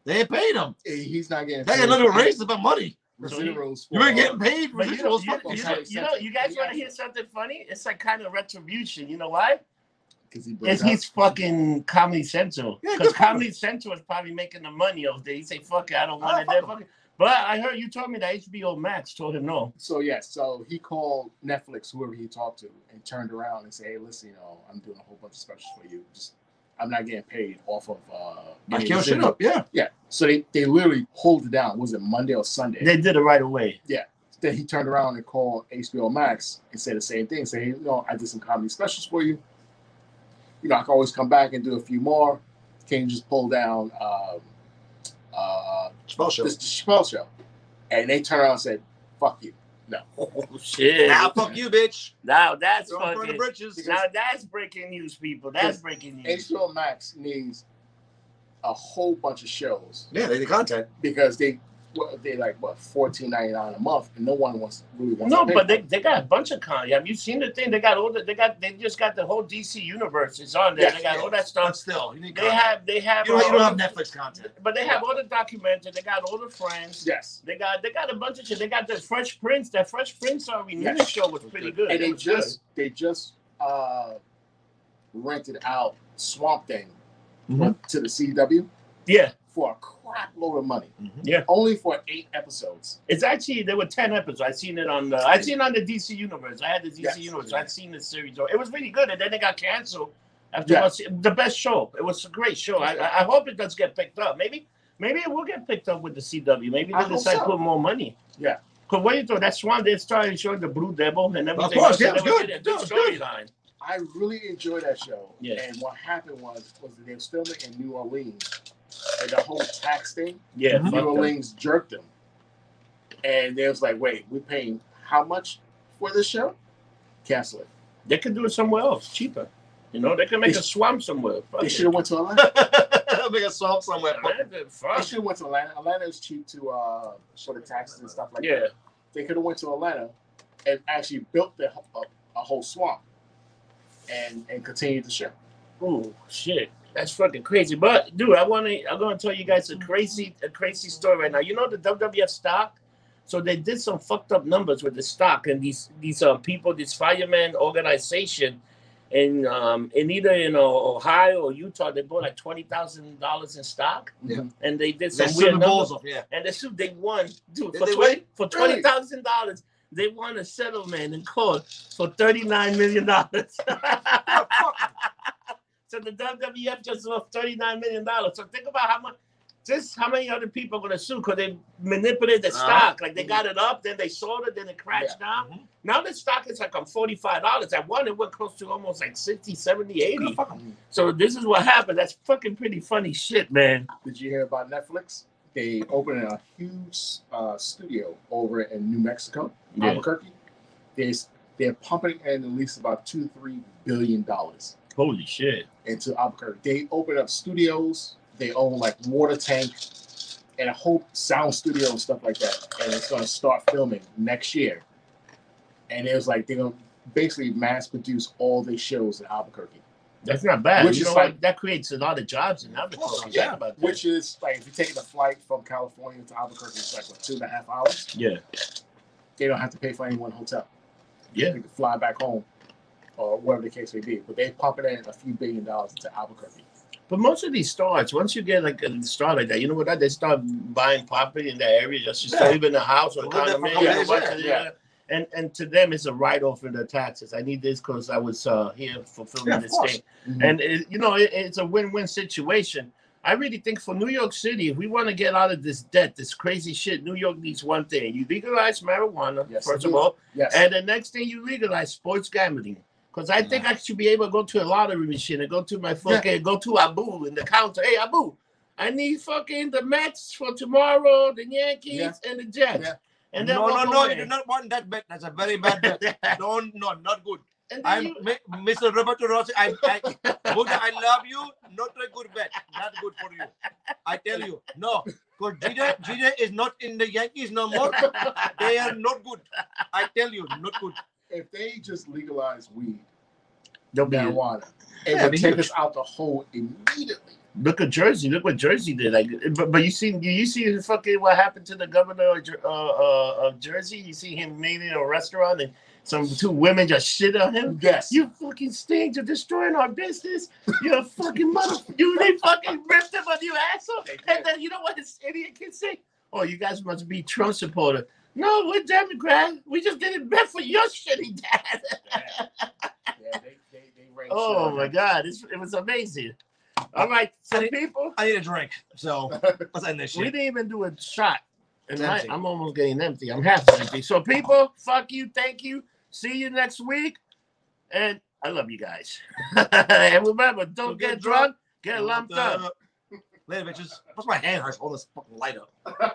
S2: They ain't paid him.
S4: Hey, He's not getting.
S2: They got nothing racist about money.
S4: for zeros.
S2: You
S4: for-
S2: ain't getting paid for
S1: But you,
S2: this.
S1: you, you,
S2: football.
S1: you,
S4: Sorry,
S1: you know, you guys want to hear something funny? It's like kind of retribution. You know why?
S4: 'cause he broke
S1: It's
S4: out.
S1: he's fucking Comedy Central.
S2: Yeah,
S1: Because
S2: good for him.
S1: Comedy Central is probably making the money off there. He say, "Fuck it, I don't
S2: Ah,
S1: want it."
S2: fuck
S1: They're
S2: him.
S1: fucking- But I heard you told me that HBO Max told him no.
S4: So yes, so he called Netflix, whoever he talked to, and turned around and said, "Hey, listen, you know, I'm doing a whole bunch of specials for you. Just, I'm not getting paid off of." uh
S2: I
S4: any
S2: kill shit
S4: residual."
S2: up. Yeah.
S4: Yeah. So they they literally hold it down. Was it Monday or Sunday?
S1: They did it right away.
S4: then he turned around and called HBO Max and said the same thing, saying, "You know, I did some comedy specials for you. You know, I can always come back and do a few more. Can you just pull down um, uh,
S2: Spell show.
S4: this the Chappelle show?" And they turned around and said, "Fuck you."
S1: Oh shit!
S2: Now
S1: Now,
S2: fuck you, bitch.
S1: that's
S2: Don't burn the
S1: fucking.
S2: bridges.
S1: Now that's breaking news, people. That's breaking news.
S4: HBO Max needs a whole bunch of shows
S2: Yeah, they the content.
S4: because they what, they like what fourteen ninety nine a month, and no one wants really wants.
S1: No,
S4: to pay
S1: but they,
S4: for it.
S1: they got a bunch of Kanye. Have you seen the thing? They got all the they got they just got the whole DC universe is on there.
S4: Yes,
S1: they got
S2: yes.
S1: all that
S2: But
S1: stuff.
S2: still, you need
S1: They
S2: content.
S1: have they have
S2: You don't, you
S1: all
S2: don't
S1: the-
S2: have Netflix content.
S1: but they have all the documentaries. They got all the friends.
S4: yes.
S1: They got they got a bunch of shit. They got the Fresh Prince. That Fresh Prince our renewed
S4: Yes.
S1: show was pretty good.
S4: and
S1: It
S4: they
S1: was
S4: just they just uh rented out Swamp Thing
S2: Mhm.
S4: to the CW
S1: good. yeah.
S4: for a crap load of money,
S2: Mhm.
S4: only for eight episodes.
S1: It's actually there were ten episodes. I seen it on the I seen it on the DC universe. I had the DC
S4: Yes.
S1: universe. I'd seen the series. It was really good, and then it got canceled. After
S4: Yeah.
S1: about se- the best show, it was a great show. I, I I hope it does get picked up. Maybe maybe it will get picked up with the CW. Maybe
S4: I
S1: they'll
S4: hope
S1: decide to
S4: so.
S1: put more money.
S4: Yeah.
S1: Cause what do you thought? That's one they started showing the Blue Devil and everything.
S2: course,
S1: else,
S2: yeah,
S1: and
S2: it was
S1: they were
S2: good.
S1: getting a
S2: Yeah, it was good.
S1: storyline.
S4: I really enjoyed that show.
S1: Yeah.
S4: And what happened was was that they were filming in New Orleans, and the whole tax thing,
S1: Yeah,
S2: Mhm.
S1: fuck
S4: New
S1: them.
S4: Orleans jerked them, and they was like, "Wait, we're paying how much for this show? Cancel it."
S1: They could do it somewhere else, cheaper. You know, they could make
S4: They-
S1: a swamp somewhere. Fuck
S4: They
S1: it.
S4: should have went to Atlanta.
S2: Make a swamp somewhere.
S1: Atlanta,
S4: they
S1: fuck.
S4: should have went to Atlanta. Atlanta is cheap to uh, for the taxes and stuff like that.
S1: Yeah,
S4: they could have went to Atlanta and actually built the, a, a whole swamp and and continued the show.
S1: Oh shit, that's fucking crazy. But dude, I want to. I'm gonna tell you guys a
S2: Mm-hmm.
S1: crazy, a crazy story right now. You know the WWF stock. So they did some fucked up numbers with the stock and these these uh, people, this fireman organization, in um in either in uh, Ohio or Utah, they bought like twenty thousand dollars in stock,
S2: Yeah.
S1: and they did some
S2: They shoot
S1: weird
S2: the
S1: numbers.
S2: balls off. Yeah.
S1: And they shoot, they won, dude,
S2: Did
S1: for
S2: they
S1: twenty
S2: win?
S1: for
S4: Really?
S1: twenty thousand dollars. They won a settlement in court for thirty nine million dollars. So the WWF just lost thirty nine million dollars. So think about how much, just how many other people are gonna sue because they manipulated the
S2: Uh-huh.
S1: stock. Like they got it up, then they sold it, then it crashed down. Now the stock is like on forty-five dollars. At one, it went close to almost like 60, 70, 80. So this is what happened. That's fucking pretty funny shit, man.
S4: Did you hear about Netflix? They opened a huge uh, studio over in New Mexico,
S1: Yeah.
S4: Albuquerque. They they're pumping in at least about two three billion dollars
S1: Holy shit.
S4: into Albuquerque. They opened up studios. They own like water tank and a whole sound studio and stuff like that. And it's gonna start filming next year. And it was like they're gonna basically mass produce all their shows in Albuquerque.
S1: That's not bad.
S4: Which
S1: you
S4: is
S1: know
S4: like-
S1: what? That creates a lot of jobs in Albuquerque.
S2: Well,
S1: Think
S2: yeah,
S1: about that.
S4: Which is like if you take the flight from California to Albuquerque, it's like what two and a half hours.
S1: yeah,
S4: They don't have to pay for any one hotel.
S1: yeah.
S4: They can fly back home or whatever the case may be. But they pumping in a few billion dollars into Albuquerque.
S1: But most of these stars, once you get like a star like that, you know what? They start buying property in that area just to
S2: Yeah.
S1: live in a house or
S2: Live there for a
S1: condominium.
S2: couple
S1: or
S2: days,
S1: what-
S4: yeah, yeah.
S1: And and to them, it's a write off in the taxes. I need this because I was uh, here fulfilling
S2: Yeah, of
S1: this
S2: course.
S1: thing. And it, you know, it, it's a win win situation. I really think for New York City, if we want to get out of this debt, this crazy shit, New York needs one thing: you legalize marijuana
S4: Yes,
S1: first
S4: they
S1: of
S4: do.
S1: all,
S4: yes.
S1: and the next thing you legalize sports gambling. Because I think I should be able to go to a lottery machine and go to my fucking go to Abu in the counter. Hey Abu, I need fucking the Mets for tomorrow, the Yankees
S4: Yeah.
S1: and the Jets.
S4: Yeah.
S1: And then
S2: no, no,
S1: walk
S2: no.
S1: away.
S2: You do not want that bet. That's a very bad bet. no, no, not good.
S1: And then
S2: I'm
S1: you-
S2: Mi- Mr. Roberto Rossi. I, I, Buddha, I love you. Not a good bet. Not good for you. I tell you, no. Because Gina, Gina is not in the Yankees no more. They are not good. I tell you, not good.
S4: if they just legalize weed,
S1: They'll be-
S4: marijuana, it
S2: Yeah,
S4: would
S2: it'd be
S4: take
S2: huge.
S4: us out the hole immediately.
S1: look at Jersey. Look what Jersey did. Like, but, but you see, you see the fucking what happened to the governor of, Jer- uh, uh, of Jersey. You see him meeting a restaurant and some two women just shit on him.
S4: Yes.
S1: You fucking stink. You're destroying our business. You're a fucking mother. You they fucking ripped him on you asshole.
S4: They did.
S1: And then you know what this idiot can say? Oh, you guys must be Trump supporter. No, we're Democrat. We just didn't bet for your shitty dad.
S4: yeah, they, they, they ran
S1: Oh
S4: shit.
S1: my god, it's, it was amazing. All right, so
S2: Honey,
S1: people,
S2: I need a drink. So let's end this
S1: we
S2: shit.
S1: didn't even do a shot, and
S2: It's
S1: I,
S2: empty.
S1: I'm almost getting empty. I'm half empty. So people, fuck you. Thank you. See you next week, and I love you guys. and remember, don't get drunk, get lumped up.
S2: uh, Later, bitches. What's my hand hurts? All this fucking light up.